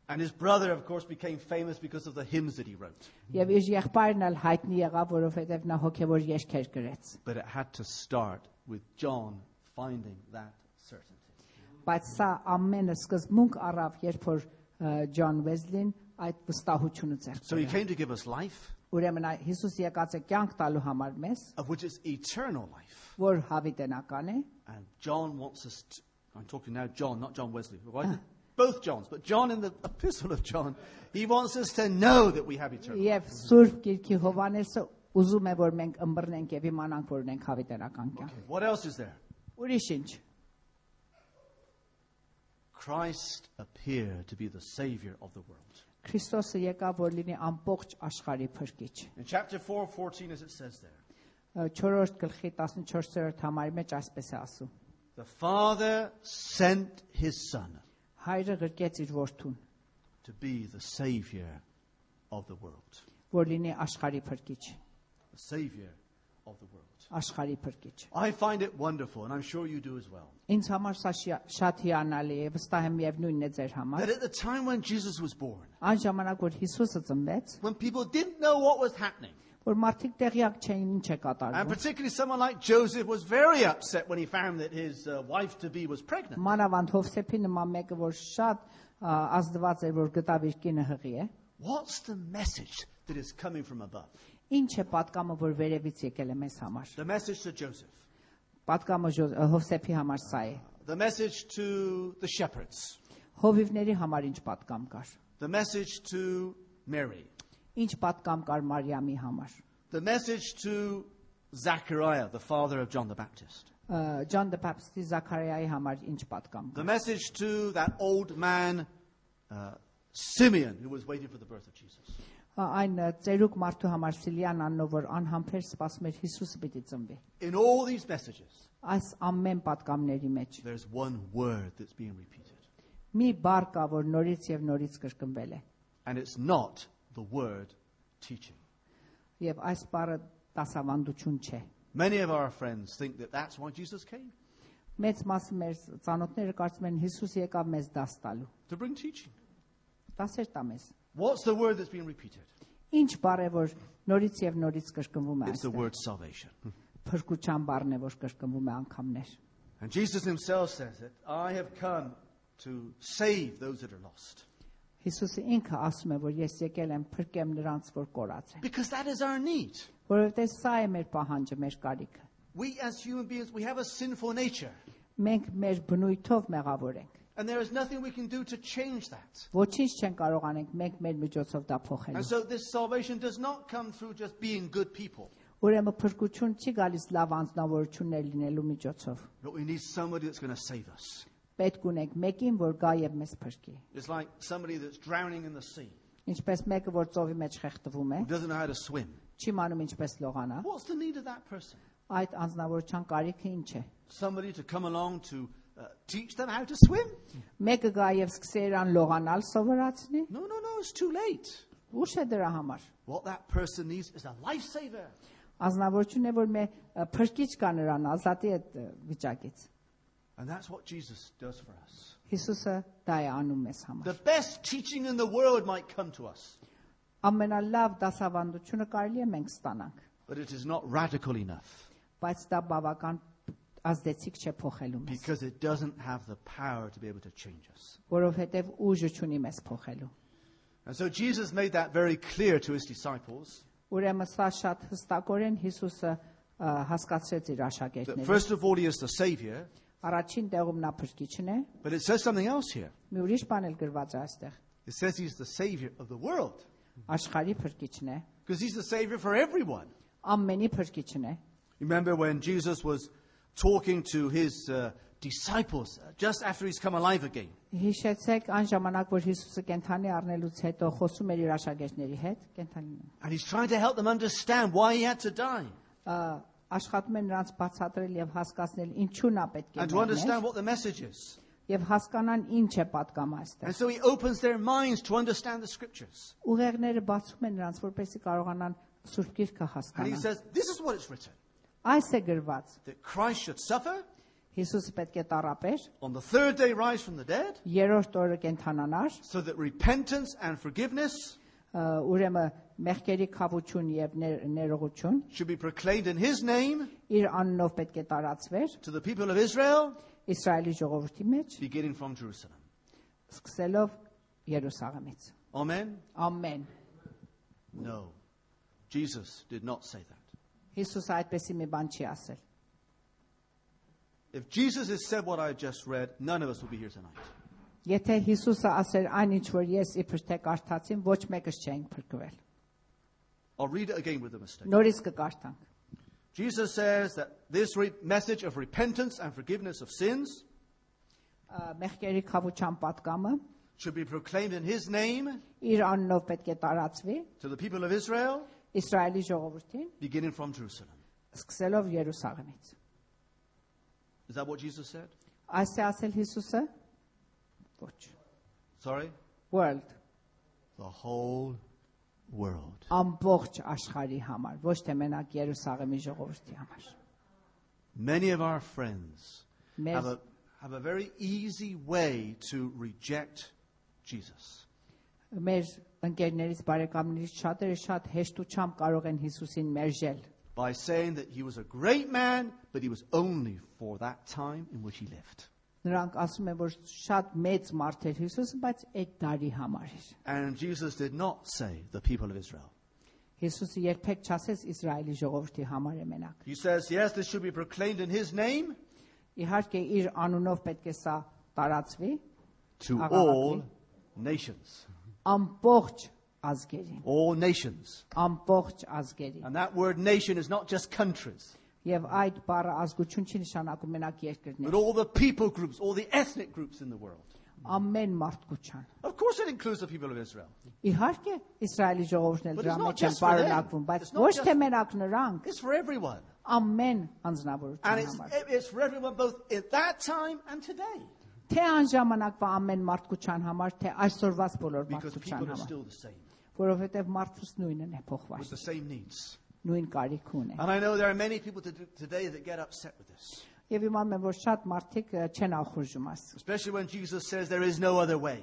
Speaker 1: And his brother, of course, became famous because of the hymns that he wrote.
Speaker 2: Եվ իր եղբայրն էլ հայտնի եղավ, որովհետեւ նա հոգեոր երկեր գրեց։
Speaker 1: But it had to start with John finding that certainty.
Speaker 2: Բայց սա ամենը սկզբունք առավ, երբ որ ը, Ջոն Վեսլին այդ վստահությունը
Speaker 1: So he
Speaker 2: ծերծրեց։
Speaker 1: came to give us life,
Speaker 2: Ուրեմն այ- Հիսուս եկած է կյանք տալու համար մեզ,
Speaker 1: of which is eternal life.
Speaker 2: որ հավիտենական է,
Speaker 1: And John wants us to. I'm talking now John, not John Wesley. Why- Both Johns, but John in the epistle of John, he wants us to know that we have eternal life.
Speaker 2: եւ Սուրբ Գիրքի Հովանեսը ուզում է, որ մենք ըմբռնենք եւ իմանանք, որ ունենք հավիտենական կյանք։
Speaker 1: What else is there?
Speaker 2: Ուրիշ ինչ։
Speaker 1: Christ appeared to be the Savior of the world.
Speaker 2: Քրիստոսը եկավ որ լինի ամբողջ աշխարհի փրկիչ։
Speaker 1: In chapter 4, 14, as it says there,
Speaker 2: 4-րդ գլխի 14-րդ համարի մեջ այսպես է ասում.
Speaker 1: the Father sent his Son
Speaker 2: Հայրը գրկեց իր որդուն,
Speaker 1: to be the Savior of the world,
Speaker 2: որ լինի աշխարհի փրկիչ,
Speaker 1: the Savior of the world.
Speaker 2: աշխարհի փրկիչ։
Speaker 1: I find it wonderful, and I'm sure you do as well,
Speaker 2: Ինձ համար սա շիա- շատ հիանալի է, վստահ եմ եւ նույնն է ձեր
Speaker 1: that
Speaker 2: համար։
Speaker 1: at the time when Jesus was born,
Speaker 2: Այն ժամանակ որ Հիսուսը ծնվեց,
Speaker 1: when people didn't know what was happening,
Speaker 2: որ մարդիկ տեղյակ չէին ինչ է
Speaker 1: and
Speaker 2: կատարվում։
Speaker 1: particularly someone like Joseph was very upset when he found that his uh, wife to be was pregnant.
Speaker 2: Մանավանդ Հովսեփի նման մեկը, որ շատ ա, ազդված էր, որ գտավ իր կինը հղի է։
Speaker 1: What's the message that is coming from above?
Speaker 2: Ինչ է պատկամը, որ վերևից եկել է մեզ համար։
Speaker 1: The message to Joseph,
Speaker 2: Պատկամը Ժո- Հովսեփի համար սա է։
Speaker 1: the message to the shepherds,
Speaker 2: Հովիվների համար ինչ պատկամ կար։
Speaker 1: the message to Mary,
Speaker 2: Ինչ պատկամ կար Մարիամի համար։
Speaker 1: the message to Zachariah, the father of John the Baptist,
Speaker 2: Ա, Ջան դե Պապստի Զաքարիայի համար ինչ պատկամ կար։
Speaker 1: the message to that old man, uh, Simeon, who was waiting for the birth of Jesus.
Speaker 2: Ա, Այն ա, ծերուկ մարդու համար Սիլիան աննով որ անհամբեր սպասում էր Հիսուսը պիտի ծնվի։
Speaker 1: In all these messages,
Speaker 2: Այս ամեն պատկամների մեջ
Speaker 1: there's one word that's being repeated,
Speaker 2: մի բառ կա, որ նորից եւ նորից կրկնվել է։
Speaker 1: and it's not the word teaching.
Speaker 2: Եվ այս բառը տասավանդություն չէ։
Speaker 1: Many of our friends think that that's why Jesus came,
Speaker 2: Մեծ մասը մեր ծանոթները կարծում են Հիսուս եկավ մեզ դաս տալու։
Speaker 1: to bring teaching.
Speaker 2: Դասեր տա մեզ։
Speaker 1: What's the word that's being repeated?
Speaker 2: Ինչ բառ է, որ նորից եւ նորից կրկնվում է
Speaker 1: It's the
Speaker 2: այստեղ։
Speaker 1: word salvation.
Speaker 2: Փրկության բառն է, որ կրկնվում է անգամներ։
Speaker 1: And Jesus himself says it I have come to save those that are lost.
Speaker 2: Հիսուսը ինքը ասում է, որ ես եկել եմ փրկեմ նրանց, որ կորած են,
Speaker 1: Because that is our need.
Speaker 2: որովհետեւ սա է մեր պահանջը, մեր կարիքը։
Speaker 1: We, as human beings, we have a sinful nature.
Speaker 2: Մենք մեր բնույթով մեղավոր ենք։
Speaker 1: And there is nothing we can do to change that.
Speaker 2: Ոչինչ չեն կարող անենք մենք մեր միջոցով դա
Speaker 1: And
Speaker 2: փոխելու։
Speaker 1: so this salvation does not come through just being good people.
Speaker 2: Ուրեմն փրկություն չի գալիս լավ անձնավորություններ լինելու միջոցով։
Speaker 1: But we need somebody that's going to save us.
Speaker 2: Պետք ունենք մեկին, որ գա եւ մեզ փրկի։
Speaker 1: It's like somebody that's drowning in the sea,
Speaker 2: Ինչպես մեկը, որ ծովի մեջ խեղդվում է,
Speaker 1: who doesn't know how to swim.
Speaker 2: չի մանում ինչպես լողանա։
Speaker 1: What's the need of that person?
Speaker 2: Այդ անձնավորության կարիքը ինչ է։
Speaker 1: Somebody to come along to uh, teach them how to swim?
Speaker 2: Մեկը գա եւ սկսի իրան լողանալ սովորացնի։
Speaker 1: No, no, no, it's too late.
Speaker 2: Ուշ է դրա համար։
Speaker 1: What that person needs is a lifesaver.
Speaker 2: Անձնավորությունն է, որ մե ը, փրկիչ կա նրան ազատի այդ ը, վիճակից։
Speaker 1: And that's what Jesus does for us.
Speaker 2: Հիսուսը դա է անում մեզ համար։
Speaker 1: The best teaching in the world might come to us,
Speaker 2: Ամենալավ դասավանդությունը կարելի է մենք ստանանք,
Speaker 1: but it is not radical enough
Speaker 2: բայց դա բավական ազդեցիկ չէ փոխելու մեզ,
Speaker 1: because it doesn't have the power to be able to change us.
Speaker 2: որովհետև ուժը չունի մեզ փոխելու։
Speaker 1: And so Jesus made that very clear to his disciples
Speaker 2: Ուրեմն սա շատ հստակորեն Հիսուսը ը, հասկացրեց իր
Speaker 1: that
Speaker 2: աշակերտներին։
Speaker 1: first of all, he is the Savior,
Speaker 2: Առաջին տեղում նա փրկիչն է,
Speaker 1: but it says something else here.
Speaker 2: մի ուրիշ բան էլ գրված է այստեղ։
Speaker 1: It says he's the Savior of the world
Speaker 2: Աշխարհի փրկիչն է,
Speaker 1: because he's the Savior for everyone.
Speaker 2: ամենի փրկիչն է։
Speaker 1: Remember when Jesus was talking to his uh, disciples uh, just after he's come alive again?
Speaker 2: Հիշեցեք այն ժամանակ, որ Հիսուսը կենթանի առնելուց հետո խոսում էր իր աշակերտների հետ, կենթանին։
Speaker 1: And he's trying to help them understand why he had to die
Speaker 2: ա, Աշխատում են նրանց բացատրել եւ հասկանալ ինչու նա պետք է
Speaker 1: and to
Speaker 2: մեռներ,
Speaker 1: understand what the message is.
Speaker 2: եւ հասկանան ինչ է պատկամ
Speaker 1: And
Speaker 2: այստեղ։
Speaker 1: so he opens their minds to understand the scriptures.
Speaker 2: Ուղեղները բացում են նրանց, որպեսզի կարողանան Սուրբ Գիրքը
Speaker 1: And he
Speaker 2: հասկանալ։
Speaker 1: says, This is what it's written
Speaker 2: Այս է գրված.
Speaker 1: that Christ should suffer,
Speaker 2: Հիսուսը պետք է տարապեր,
Speaker 1: on the third day rise from the dead,
Speaker 2: երրորդ օրը կենթանանար,
Speaker 1: so that repentance and forgiveness
Speaker 2: ա, ուրեմն մեղքերի խավություն եւ ներ- ներողություն
Speaker 1: should be proclaimed in his name
Speaker 2: իր անունով պետք է տարածվեր
Speaker 1: to the people of Israel,
Speaker 2: Իսրայելի ժողովրդի մեջ,
Speaker 1: beginning from Jerusalem.
Speaker 2: սկսելով Երուսաղեմից։
Speaker 1: Amen?
Speaker 2: Ամեն։
Speaker 1: No. Jesus did not say that.
Speaker 2: Հիսուսը այդպեսի մի բան չի ասել։
Speaker 1: If Jesus had said what I just read, none of us would be here tonight.
Speaker 2: Եթե Հիսուսը ասեր այն ինչ որ ես իբր թե կարդացին, ոչ մեկս չենք փրկվել։
Speaker 1: I'll read it again with a mistake.
Speaker 2: Նորից կկարդանք։
Speaker 1: Jesus says that this re- message of repentance and forgiveness of sins
Speaker 2: Ա, Մեղքերի խավուչան պատկամը
Speaker 1: should be proclaimed in his name
Speaker 2: իր անունով պետք է տարածվի
Speaker 1: to the people of Israel,
Speaker 2: Իսրայելի ժողովրդին,
Speaker 1: beginning from Jerusalem.
Speaker 2: սկսելով Երուսաղեմից։
Speaker 1: Is that what Jesus said?
Speaker 2: Այս է ասել Հիսուսը։ Ոչ։
Speaker 1: Sorry?
Speaker 2: World
Speaker 1: The whole world.
Speaker 2: ամբողջ աշխարհի համար, ոչ թե մենակ Երուսաղեմի ժողովրդի համար։
Speaker 1: Many of our friends have
Speaker 2: Մեր
Speaker 1: a, have a very easy way to reject Jesus.
Speaker 2: մեր ընկերներից բարեկամներից շատերը շատ հեշտությամբ կարող են Հիսուսին մերժել
Speaker 1: by saying that he was a great man, but he was only for that time in which he lived.
Speaker 2: նրանք ասում են որ շատ մեծ մարդ էր Հիսուսը բայց այդ դարի համար էր
Speaker 1: And Jesus did not say the people of Israel.
Speaker 2: Հիսուսը երբեք չասեց Իսրայելի ժողովրդի համար է մենակ
Speaker 1: He says, yes, this should be proclaimed in his name
Speaker 2: իհարկե իր անունով պետք է սա տարածվի
Speaker 1: to
Speaker 2: Aga,
Speaker 1: all
Speaker 2: okay.
Speaker 1: nations.
Speaker 2: ամբողջ ազգերին
Speaker 1: All nations.
Speaker 2: ամբողջ ազգերին
Speaker 1: And that word nation is not just countries,
Speaker 2: եւ այդ բառը ազգություն չի նշանակում մենակ
Speaker 1: but
Speaker 2: երկրներ
Speaker 1: all the people groups, all the ethnic groups in the world.
Speaker 2: ամեն մարդկության
Speaker 1: Of course, it includes the people of Israel.
Speaker 2: իհարկե Իսրայելի ժողովուրդն էլ
Speaker 1: But
Speaker 2: դրա
Speaker 1: it's not
Speaker 2: մեջ են
Speaker 1: just for them.
Speaker 2: բարոնակվում բայց
Speaker 1: It's not
Speaker 2: ոչ
Speaker 1: just-
Speaker 2: թե մենակ նրանք
Speaker 1: It's for everyone.
Speaker 2: ամեն
Speaker 1: And
Speaker 2: անznավորության
Speaker 1: it's,
Speaker 2: համար
Speaker 1: it's for everyone both at that time and today.
Speaker 2: թե այն ժամանակվա ամեն մարդկության համար թե այսօրվաս բոլոր
Speaker 1: Because
Speaker 2: մարդկության
Speaker 1: people are
Speaker 2: համար
Speaker 1: still the same,
Speaker 2: որովհետև մարդուս նույնն է փոխված
Speaker 1: with the same needs.
Speaker 2: նույն կարիք ունի
Speaker 1: And I know there are many people to today that get upset with this,
Speaker 2: եւ իմանում եմ որ շատ մարդիկ ը, չեն ախորժում աս
Speaker 1: especially when Jesus says there is no other way,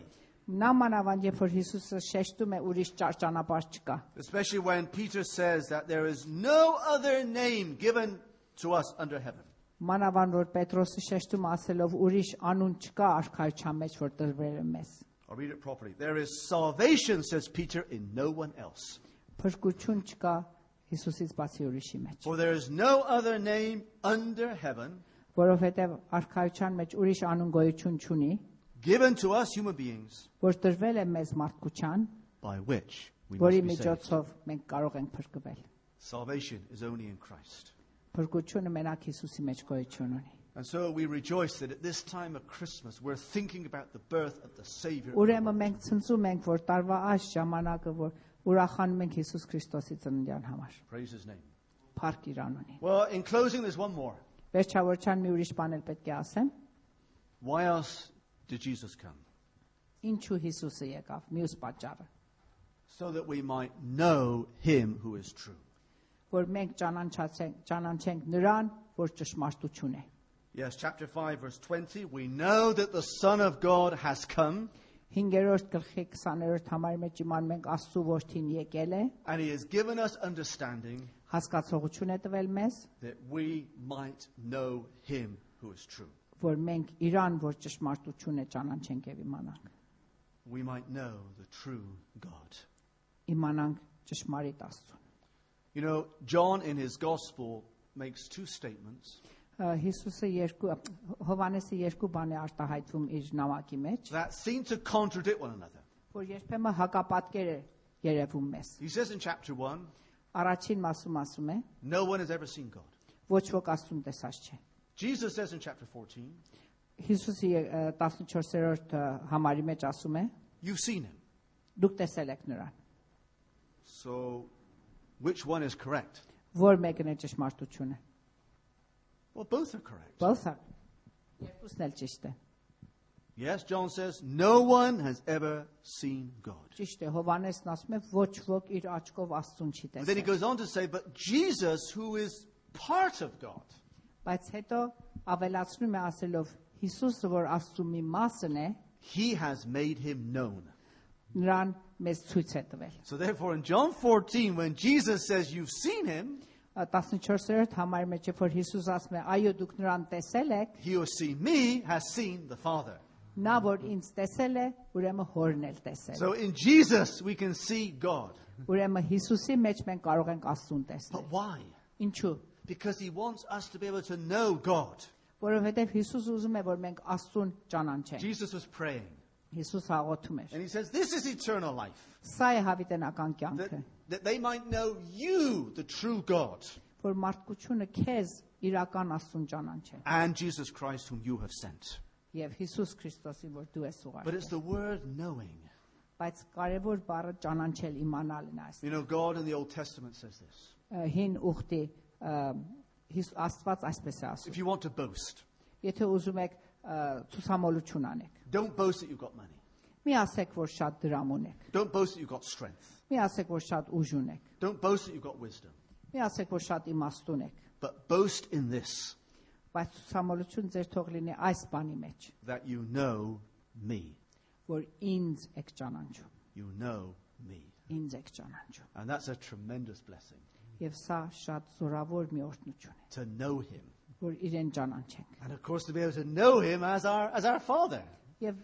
Speaker 2: նամանավանդ երբ որ Հիսուսը շեշտում է ուրիշ ճար- ճանապարհ չկա
Speaker 1: especially when Peter says that there is no other name given to us under heaven.
Speaker 2: մանավանդ որ Պետրոսը շեշտում է ասելով ուրիշ անուն չկա արքայության մեջ որ տրվել է մեզ
Speaker 1: I'll read it properly. There is salvation, says Peter, in no one else.
Speaker 2: փրկություն չկա Հիսուսից բացի ուրիշի մեջ
Speaker 1: For there is no other name under heaven
Speaker 2: որովհետև արքայության մեջ ուրիշ անուն գոյություն չունի
Speaker 1: given to us human beings
Speaker 2: որ տրվել է մեզ մարդկության,
Speaker 1: by which we
Speaker 2: որի
Speaker 1: must be saved.
Speaker 2: միջոցով մենք կարող ենք փրկվել։
Speaker 1: Salvation is only in Christ.
Speaker 2: Փրկությունը մենակ Հիսուսի մեջ գոյություն ունի։
Speaker 1: And so we rejoice that at this time of Christmas we're thinking about the birth of the Savior.
Speaker 2: Ուրեմն մենք ցնծում ենք, որ տարվա այս ժամանակը, որ ուրախանում ենք Հիսուս Քրիստոսի ծննդյան համար։
Speaker 1: Praise his name.
Speaker 2: Փառք իր անունին։
Speaker 1: Well, in closing, there's one more.
Speaker 2: Վերջավորչան մի ուրիշ բան էլ պետք է ասեմ։
Speaker 1: Why else did Jesus come?
Speaker 2: Ինչու Հիսուսը եկավ։ Մյուս պատճառը,
Speaker 1: So that we might know him who is true.
Speaker 2: որ մենք ճանաչենք, ճանաչենք նրան, որ ճշմարտություն է։
Speaker 1: Yes, chapter 5, verse 20. We know that the Son of God has come,
Speaker 2: 5-րդ գլխի 20-րդ համարի մեջ իմանում ենք Աստծո որդին եկել է,
Speaker 1: and he has given us understanding
Speaker 2: հասկացողություն է տվել մեզ,
Speaker 1: that we might know him who is true.
Speaker 2: որ մենք Իրան որ ճշմարտություն է ճանաչենք եւ իմանանք։
Speaker 1: We might know the true God.
Speaker 2: Իմանանք ճշմարիտ Աստծուն։
Speaker 1: You know, John in his gospel makes two statements
Speaker 2: Ա, Հիսուսը երկու Հովանեսը երկու բան է արտահայտվում իր նամակի մեջ,
Speaker 1: that seem to contradict one another.
Speaker 2: որ երբեմն հակապատկեր է երևում մեզ։
Speaker 1: He says in chapter 1,
Speaker 2: Առաջին մասում ասում է,
Speaker 1: no one has ever seen God.
Speaker 2: ոչ ոք Աստուն տեսած չէ։
Speaker 1: Jesus says in chapter 14,
Speaker 2: Հիսուսը ե- ա, 14-րդ ա, համարի մեջ ասում է.
Speaker 1: you've seen him.
Speaker 2: Դուք տեսել եք նրան։
Speaker 1: So, which one is correct?
Speaker 2: Որ մեկն է ճշմարտությունը։
Speaker 1: Well, both are correct.
Speaker 2: Both are երկուսն էլ ճիշտ է։
Speaker 1: Yes, John says, no one has ever seen God.
Speaker 2: Ճիշտ է, Հովանեսն ասում է, ոչ ոք իր աչքով Աստուն չի
Speaker 1: And then he
Speaker 2: տեսել։
Speaker 1: goes on to say, but Jesus, who is part of God,
Speaker 2: Բայց հետո ավելացնում է ասելով. Հիսուսը, որ Աստծո մի մասն է,
Speaker 1: he has made him known.
Speaker 2: նրան մեզ ցույց է տվել։
Speaker 1: So, therefore, in John 14, when Jesus says, you've seen him,
Speaker 2: Ա, 14-րդ համարի մեջ երբ որ Հիսուս ասում է. Այո, դուք նրան տեսել եք,
Speaker 1: he who has seen me has seen the Father.
Speaker 2: նա որ ինձ տեսել է, ուրեմն հորն էլ տեսել։ է»։
Speaker 1: So, in Jesus, we can see God.
Speaker 2: Ուրեմն Հիսուսի մեջ մենք կարող ենք Աստուն տեսնել։
Speaker 1: But why?
Speaker 2: Ինչու՞։
Speaker 1: Because he wants us to be able to know God.
Speaker 2: Որովհետև Հիսուս ուզում է, որ մենք Աստուն ճանաչենք։
Speaker 1: Jesus was praying,
Speaker 2: Հիսուս հաղորդում էր։
Speaker 1: and he says, This is eternal life.
Speaker 2: Սա է հավիտենական
Speaker 1: that,
Speaker 2: կյանքը,
Speaker 1: that they might know you, the true God,
Speaker 2: որ մարդկությունը քեզ իրական Աստուն ճանաչի
Speaker 1: and Jesus Christ, whom you have sent.
Speaker 2: եւ Հիսուս Քրիստոսին, որ դու ես
Speaker 1: But it's
Speaker 2: ուղարկել։
Speaker 1: the word knowing.
Speaker 2: Բայց կարևոր բառը ճանաչել իմանալն է այս։
Speaker 1: You know, God in the Old Testament says this.
Speaker 2: Ա, Հին ուխտի ա, Հիս- Աստված այսպես է ասում։
Speaker 1: If you want to boast,
Speaker 2: Եթե ուզում եք ա, ցուսամոլություն անեք,
Speaker 1: don't boast that you've got money.
Speaker 2: Մի ասեք, որ շատ դրամ ունեք։
Speaker 1: Don't boast that you've got strength.
Speaker 2: Մի ասեք, որ շատ ուժ ունեք։
Speaker 1: Don't boast that you've got wisdom.
Speaker 2: Մի ասեք, որ շատ իմաստ ունեք։
Speaker 1: But boast in this
Speaker 2: Բայց ցամոլություն ձեր թող լինի այս բանի մեջ,
Speaker 1: that you know me.
Speaker 2: որ ինձ եք ճանաչում,
Speaker 1: You know me.
Speaker 2: ինձ եք ճանաչում։
Speaker 1: And that's a tremendous blessing
Speaker 2: Եվ սա շատ զորավոր մի օրհնություն
Speaker 1: to know him.
Speaker 2: է, որ իրեն ճանաչենք։
Speaker 1: And of course, to be able to know him as our, as our father.
Speaker 2: Եվ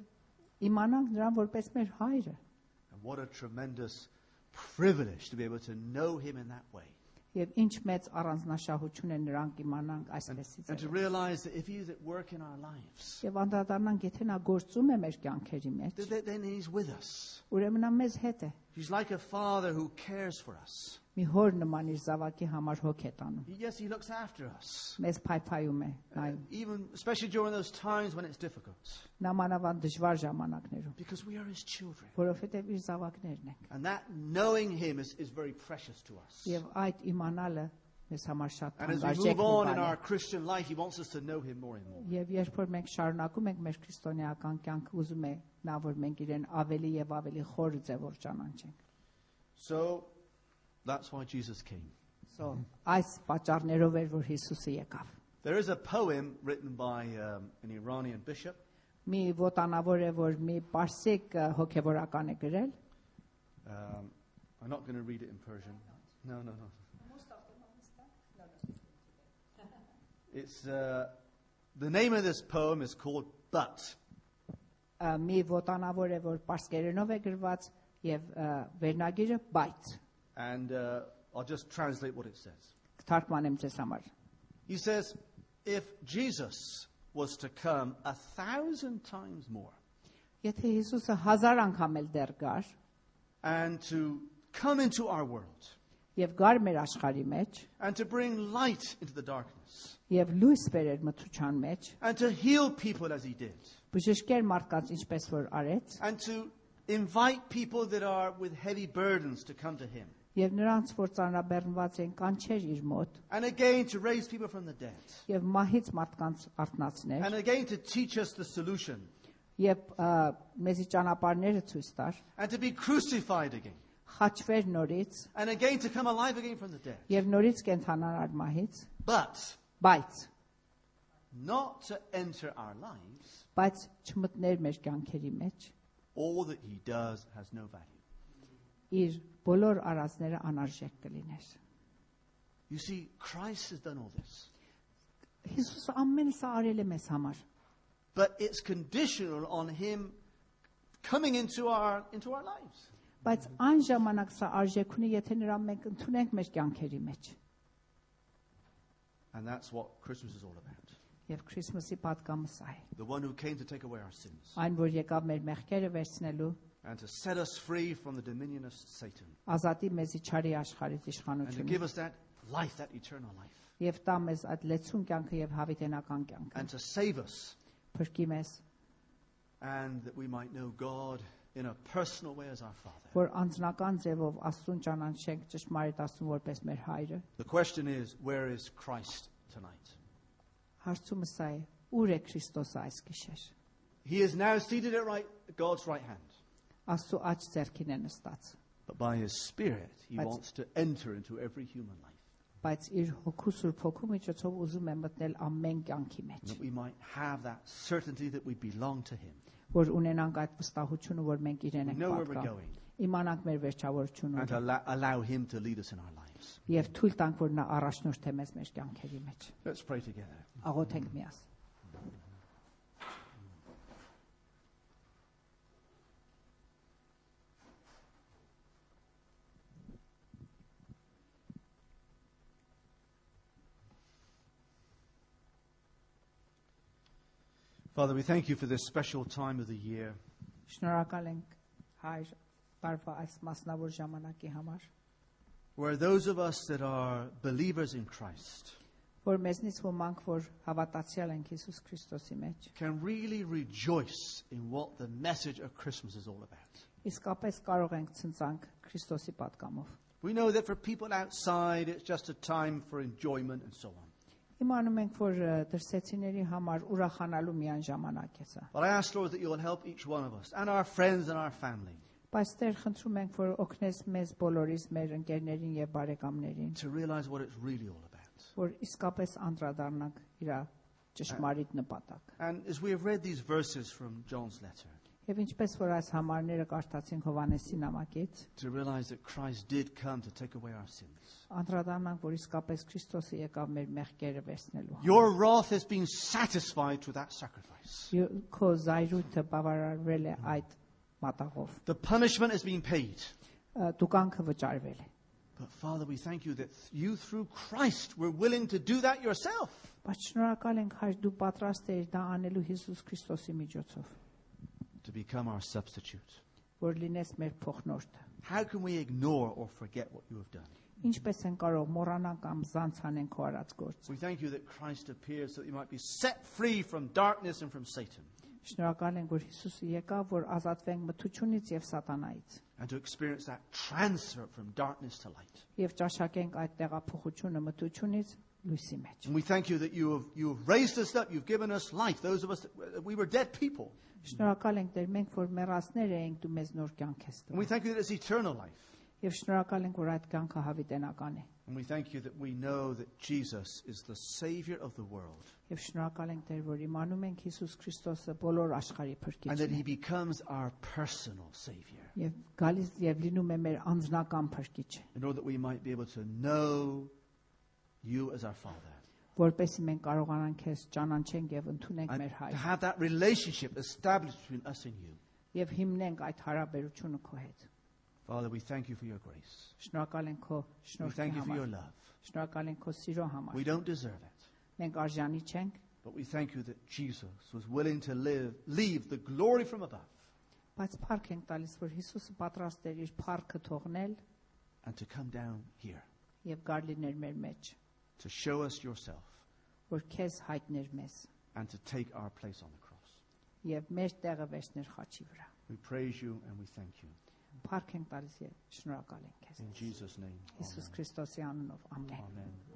Speaker 2: իմանանք նրան որպես մեր հայրը։
Speaker 1: And what a tremendous privilege to be able to know him in that way.
Speaker 2: Եվ ինչ մեծ առանձնահատկություն է նրանք իմանանք այսպեսից։
Speaker 1: And to realize that if he's at work in our lives,
Speaker 2: Եվ անդրադառնանք, եթե նա գործում է մեր կյանքերի մեջ,
Speaker 1: that- that then he's with us.
Speaker 2: ուրեմն նա մեզ հետ է։
Speaker 1: He's like a father who cares for us.
Speaker 2: Մի հոր նման իր զավակի համար հոգ է տանում։
Speaker 1: Yes, he looks after us. Uh,
Speaker 2: Մեզ փայփայում է, նայում։
Speaker 1: Even, especially during those times when it's difficult.
Speaker 2: Նամանավան դժվար ժամանակներում,
Speaker 1: Because we are his children.
Speaker 2: որովհետև իր զավակներն ենք։
Speaker 1: And that knowing him is, is very precious to us.
Speaker 2: Եվ այդ իմանալը մեզ համար շատ
Speaker 1: And as we
Speaker 2: թանկարժեք
Speaker 1: move
Speaker 2: մի
Speaker 1: on in
Speaker 2: բան է։
Speaker 1: our Christian life, he wants us to know him more and more.
Speaker 2: Եվ երբ որ մենք շարունակում ենք մեր քրիստոնեական կյանքը, ուզում է նա որ մենք իրեն ավելի եւ ավելի խոր ձևով ճանաչենք։
Speaker 1: So that's why Jesus came.
Speaker 2: So, այս պատճառներով էր որ Հիսուսը եկավ։
Speaker 1: There is a poem written by um, an Iranian bishop,
Speaker 2: Մի ոտանավոր է որ մի պարսիկ ը, հոգևորական է գրել։
Speaker 1: Um, I'm not going to read it in Persian. No, no, no. It's uh, the name of this poem is called "But,"
Speaker 2: ը, Մի ոտանավոր է որ պարսկերենով է գրված եւ ը, վերնագիրը բայց
Speaker 1: and uh, I'll just translate what it says.
Speaker 2: թարգմանեմ ձեզ համար։
Speaker 1: He says, "If Jesus was to come a thousand times more,
Speaker 2: Եթե Հիսուսը հազար անգամ էլ դեռ գար
Speaker 1: and to come into our world,
Speaker 2: եւ գար մեր աշխարհի մեջ
Speaker 1: and to bring light into the darkness,
Speaker 2: եւ լույս բերեր մթության մեջ,
Speaker 1: and to heal people as He did,
Speaker 2: բժշկեր մարդկանց ինչպես որ արեց,
Speaker 1: and to invite people that are with heavy burdens to come to Him."
Speaker 2: եւ նրանց, որ ծանրաբեռնված են, կանչեր իր մոտ,
Speaker 1: And again to raise people from the dead.
Speaker 2: եւ մահից մարդկանց արթնացներ,
Speaker 1: And again to teach us the solution.
Speaker 2: եւ ա, մեզի ճանապարհները ցույց տար,
Speaker 1: And to be crucified again.
Speaker 2: խաչվեր նորից
Speaker 1: And again to come alive again from the dead.
Speaker 2: եւ նորից կենթանար այդ մահից,
Speaker 1: But
Speaker 2: բայց
Speaker 1: not to enter our lives,
Speaker 2: բայց չմտներ մեր կյանքերի մեջ,
Speaker 1: all that he does has no value.
Speaker 2: իր բոլոր արածները անարժեք կլիներ։
Speaker 1: You see, Christ has done all this.
Speaker 2: Հիսուսը ամեն սա արել է մեզ համար,
Speaker 1: But it's conditional on him coming into our, into our lives.
Speaker 2: բայց այն ժամանակ սա արժեք ունի, եթե նրան մենք ընդունենք մեր կյանքերի մեջ։
Speaker 1: And that's what Christmas is all about.
Speaker 2: Եվ Քրիսմասի պատկամը սա է։
Speaker 1: The one who came to take away our sins
Speaker 2: Այն որ եկավ մեր մեղքերը վերցնելու,
Speaker 1: and to set us free from the dominion of Satan
Speaker 2: ազատի մեզի չարի աշխարհից
Speaker 1: and to give
Speaker 2: իշխանությունից
Speaker 1: us that life, that eternal life.
Speaker 2: եւ տա մեզ այդ լեցուն կյանքը եւ հավիտենական կյանքը։
Speaker 1: and to save us,
Speaker 2: Փրկի մեզ,
Speaker 1: and that we might know God in a personal way as our Father.
Speaker 2: որ անձնական ձևով Աստուն ճանաչենք ճշմարիտ Աստուն որպես մեր հայրը։
Speaker 1: The question is, where is Christ tonight?
Speaker 2: Հարցումը սա է. Ո՞ւր է Քրիստոսը այս գիշեր։
Speaker 1: He is now seated at right, God's right hand,
Speaker 2: Աստու աջ ձեռքին է նստած,
Speaker 1: but by His Spirit, He
Speaker 2: But-
Speaker 1: wants to enter into every human life,
Speaker 2: բայց իր հոգու Սուրբ Հոգու միջոցով ուզում է մտնել ամեն կյանքի մեջ,
Speaker 1: that we might have that certainty that we belong to Him.
Speaker 2: որ ունենանք այդ վստահությունը, որ մենք իրեն
Speaker 1: We
Speaker 2: ենք
Speaker 1: know where we're
Speaker 2: պատկանում։
Speaker 1: going,
Speaker 2: Իմանանք մեր վերջավորությունը։
Speaker 1: and allow, allow Him to lead us in our lives.
Speaker 2: եւ թույլ տանք որ նա առաջնորդ է մեզ մեր կյանքերի մեջ
Speaker 1: Let's pray together.
Speaker 2: աղոթենք միաս
Speaker 1: Father, we thank you for this special time of the year.
Speaker 2: շնորհակալ ենք հայր բարվա այս մասնավոր ժամանակի համար
Speaker 1: Where those of us that are believers in Christ
Speaker 2: որ մեզնից ոմանք որ հավատացյալ ենք Հիսուս Քրիստոսի մեջ
Speaker 1: can really rejoice in what the message of Christmas is all about.
Speaker 2: իսկապես կարող ենք ցնցանք Քրիստոսի պատկամով
Speaker 1: We know that for people outside, it's just a time for enjoyment and so on.
Speaker 2: Իմանում ենք, որ ը, դրսեցիների համար ուրախանալու միան ժամանակ է սա։
Speaker 1: But I ask, Lord, that you'll help each one of us and our friends and our family
Speaker 2: Բայց Տեր, խնդրում ենք, որ օգնես մեզ բոլորիս, մեր ընկերներին եւ բարեկամներին,
Speaker 1: to realize what it's really all about.
Speaker 2: որ իսկապես անդրադառնանք իր ճշմարիտ նպատակը։
Speaker 1: And as we have read these verses from John's letter,
Speaker 2: Եվ ինչպես որ այս համարները կարդացինք Հովանեսի նամակից,
Speaker 1: to realize that Christ did come to take away our sins.
Speaker 2: անդրադառնանք, որ իսկապես Քրիստոսը եկավ մեր մեղքերը վերցնելու։ համար։
Speaker 1: Your wrath has been satisfied through that sacrifice.
Speaker 2: Յո- Քո զայրույթը բավարարվել է այդ մատաղով։
Speaker 1: The punishment has been paid.
Speaker 2: Ա, Դու կանքը վճարվել է։
Speaker 1: But Father, we thank you that you, through Christ, were willing to do that yourself.
Speaker 2: Բայց շնորհակալ ենք, հայր, դու պատրաստ ես դա անելու Հիսուս Քրիստոսի միջոցով,
Speaker 1: to become our substitute.
Speaker 2: որ լինես մեր փոխնորդը։
Speaker 1: How can we ignore or forget what you have done?
Speaker 2: Ինչպես են կարող մոռանալ կամ զանցանեն քո արած գործը։
Speaker 1: We thank you that Christ appeared so that you might be set free from darkness and from Satan
Speaker 2: Շնորհակալ ենք, որ Հիսուսը եկավ, որ ազատվենք մթությունից եւ սատանայից
Speaker 1: and to experience that transfer from darkness to light.
Speaker 2: եւ ճաշակենք այդ տեղափոխությունը մթությունից լույսի մեջ։
Speaker 1: And we thank you that you have, you have raised us up, you've given us life, those of us that we were dead people.
Speaker 2: Շնորհակալ ենք Տեր, մենք որ մեռածներ էինք, դու մեզ նոր կյանք ես
Speaker 1: And we
Speaker 2: տվել։
Speaker 1: thank you that it's eternal life.
Speaker 2: Եվ շնորհակալ ենք, որ այդ կյանքը հավիտենական է։
Speaker 1: And we thank you that we know that Jesus is the Savior of the world
Speaker 2: Եվ շնորհակալ ենք Տեր, որ իմանում ենք Հիսուս Քրիստոսը բոլոր աշխարհի
Speaker 1: and that
Speaker 2: փրկիչն
Speaker 1: He
Speaker 2: է։
Speaker 1: becomes our personal Savior.
Speaker 2: Եվ գալիս եւ լինում է մեր անձնական փրկիչը,
Speaker 1: in order that we might be able to know you as our Father.
Speaker 2: որովհետեւ մենք կարողանանք քեզ ճանաչենք եւ ընդունենք
Speaker 1: And
Speaker 2: մեր
Speaker 1: to
Speaker 2: հայր
Speaker 1: have that relationship established between us and you.
Speaker 2: եւ հիմնենք այդ հարաբերությունը քո հետ։
Speaker 1: Father, we thank you for your grace.
Speaker 2: Շնորհակալ ենք քո
Speaker 1: We
Speaker 2: շնորհքի
Speaker 1: thank you for your
Speaker 2: համար։
Speaker 1: love.
Speaker 2: Շնորհակալ ենք քո սիրո համար։
Speaker 1: We don't deserve it.
Speaker 2: Մենք արժանի չենք,
Speaker 1: But we thank you that Jesus was willing to live, leave the glory from above
Speaker 2: բայց փառք ենք տալիս, որ Հիսուսը պատրաստ էր իր փառքը թողնել
Speaker 1: and to come down here
Speaker 2: եւ գար լիներ մեր մեջ,
Speaker 1: to show us yourself
Speaker 2: որ քեզ հայտներ մեզ
Speaker 1: and to take our place on the cross.
Speaker 2: եւ մեր տեղը վերցներ խաչի վրա։
Speaker 1: We praise you and we thank you.
Speaker 2: Փառք ենք տալիս եւ շնորհակալ ենք քեզ։
Speaker 1: In Jesus' name.
Speaker 2: Հիսուս Քրիստոսի անունով ամեն։
Speaker 1: Amen. Amen.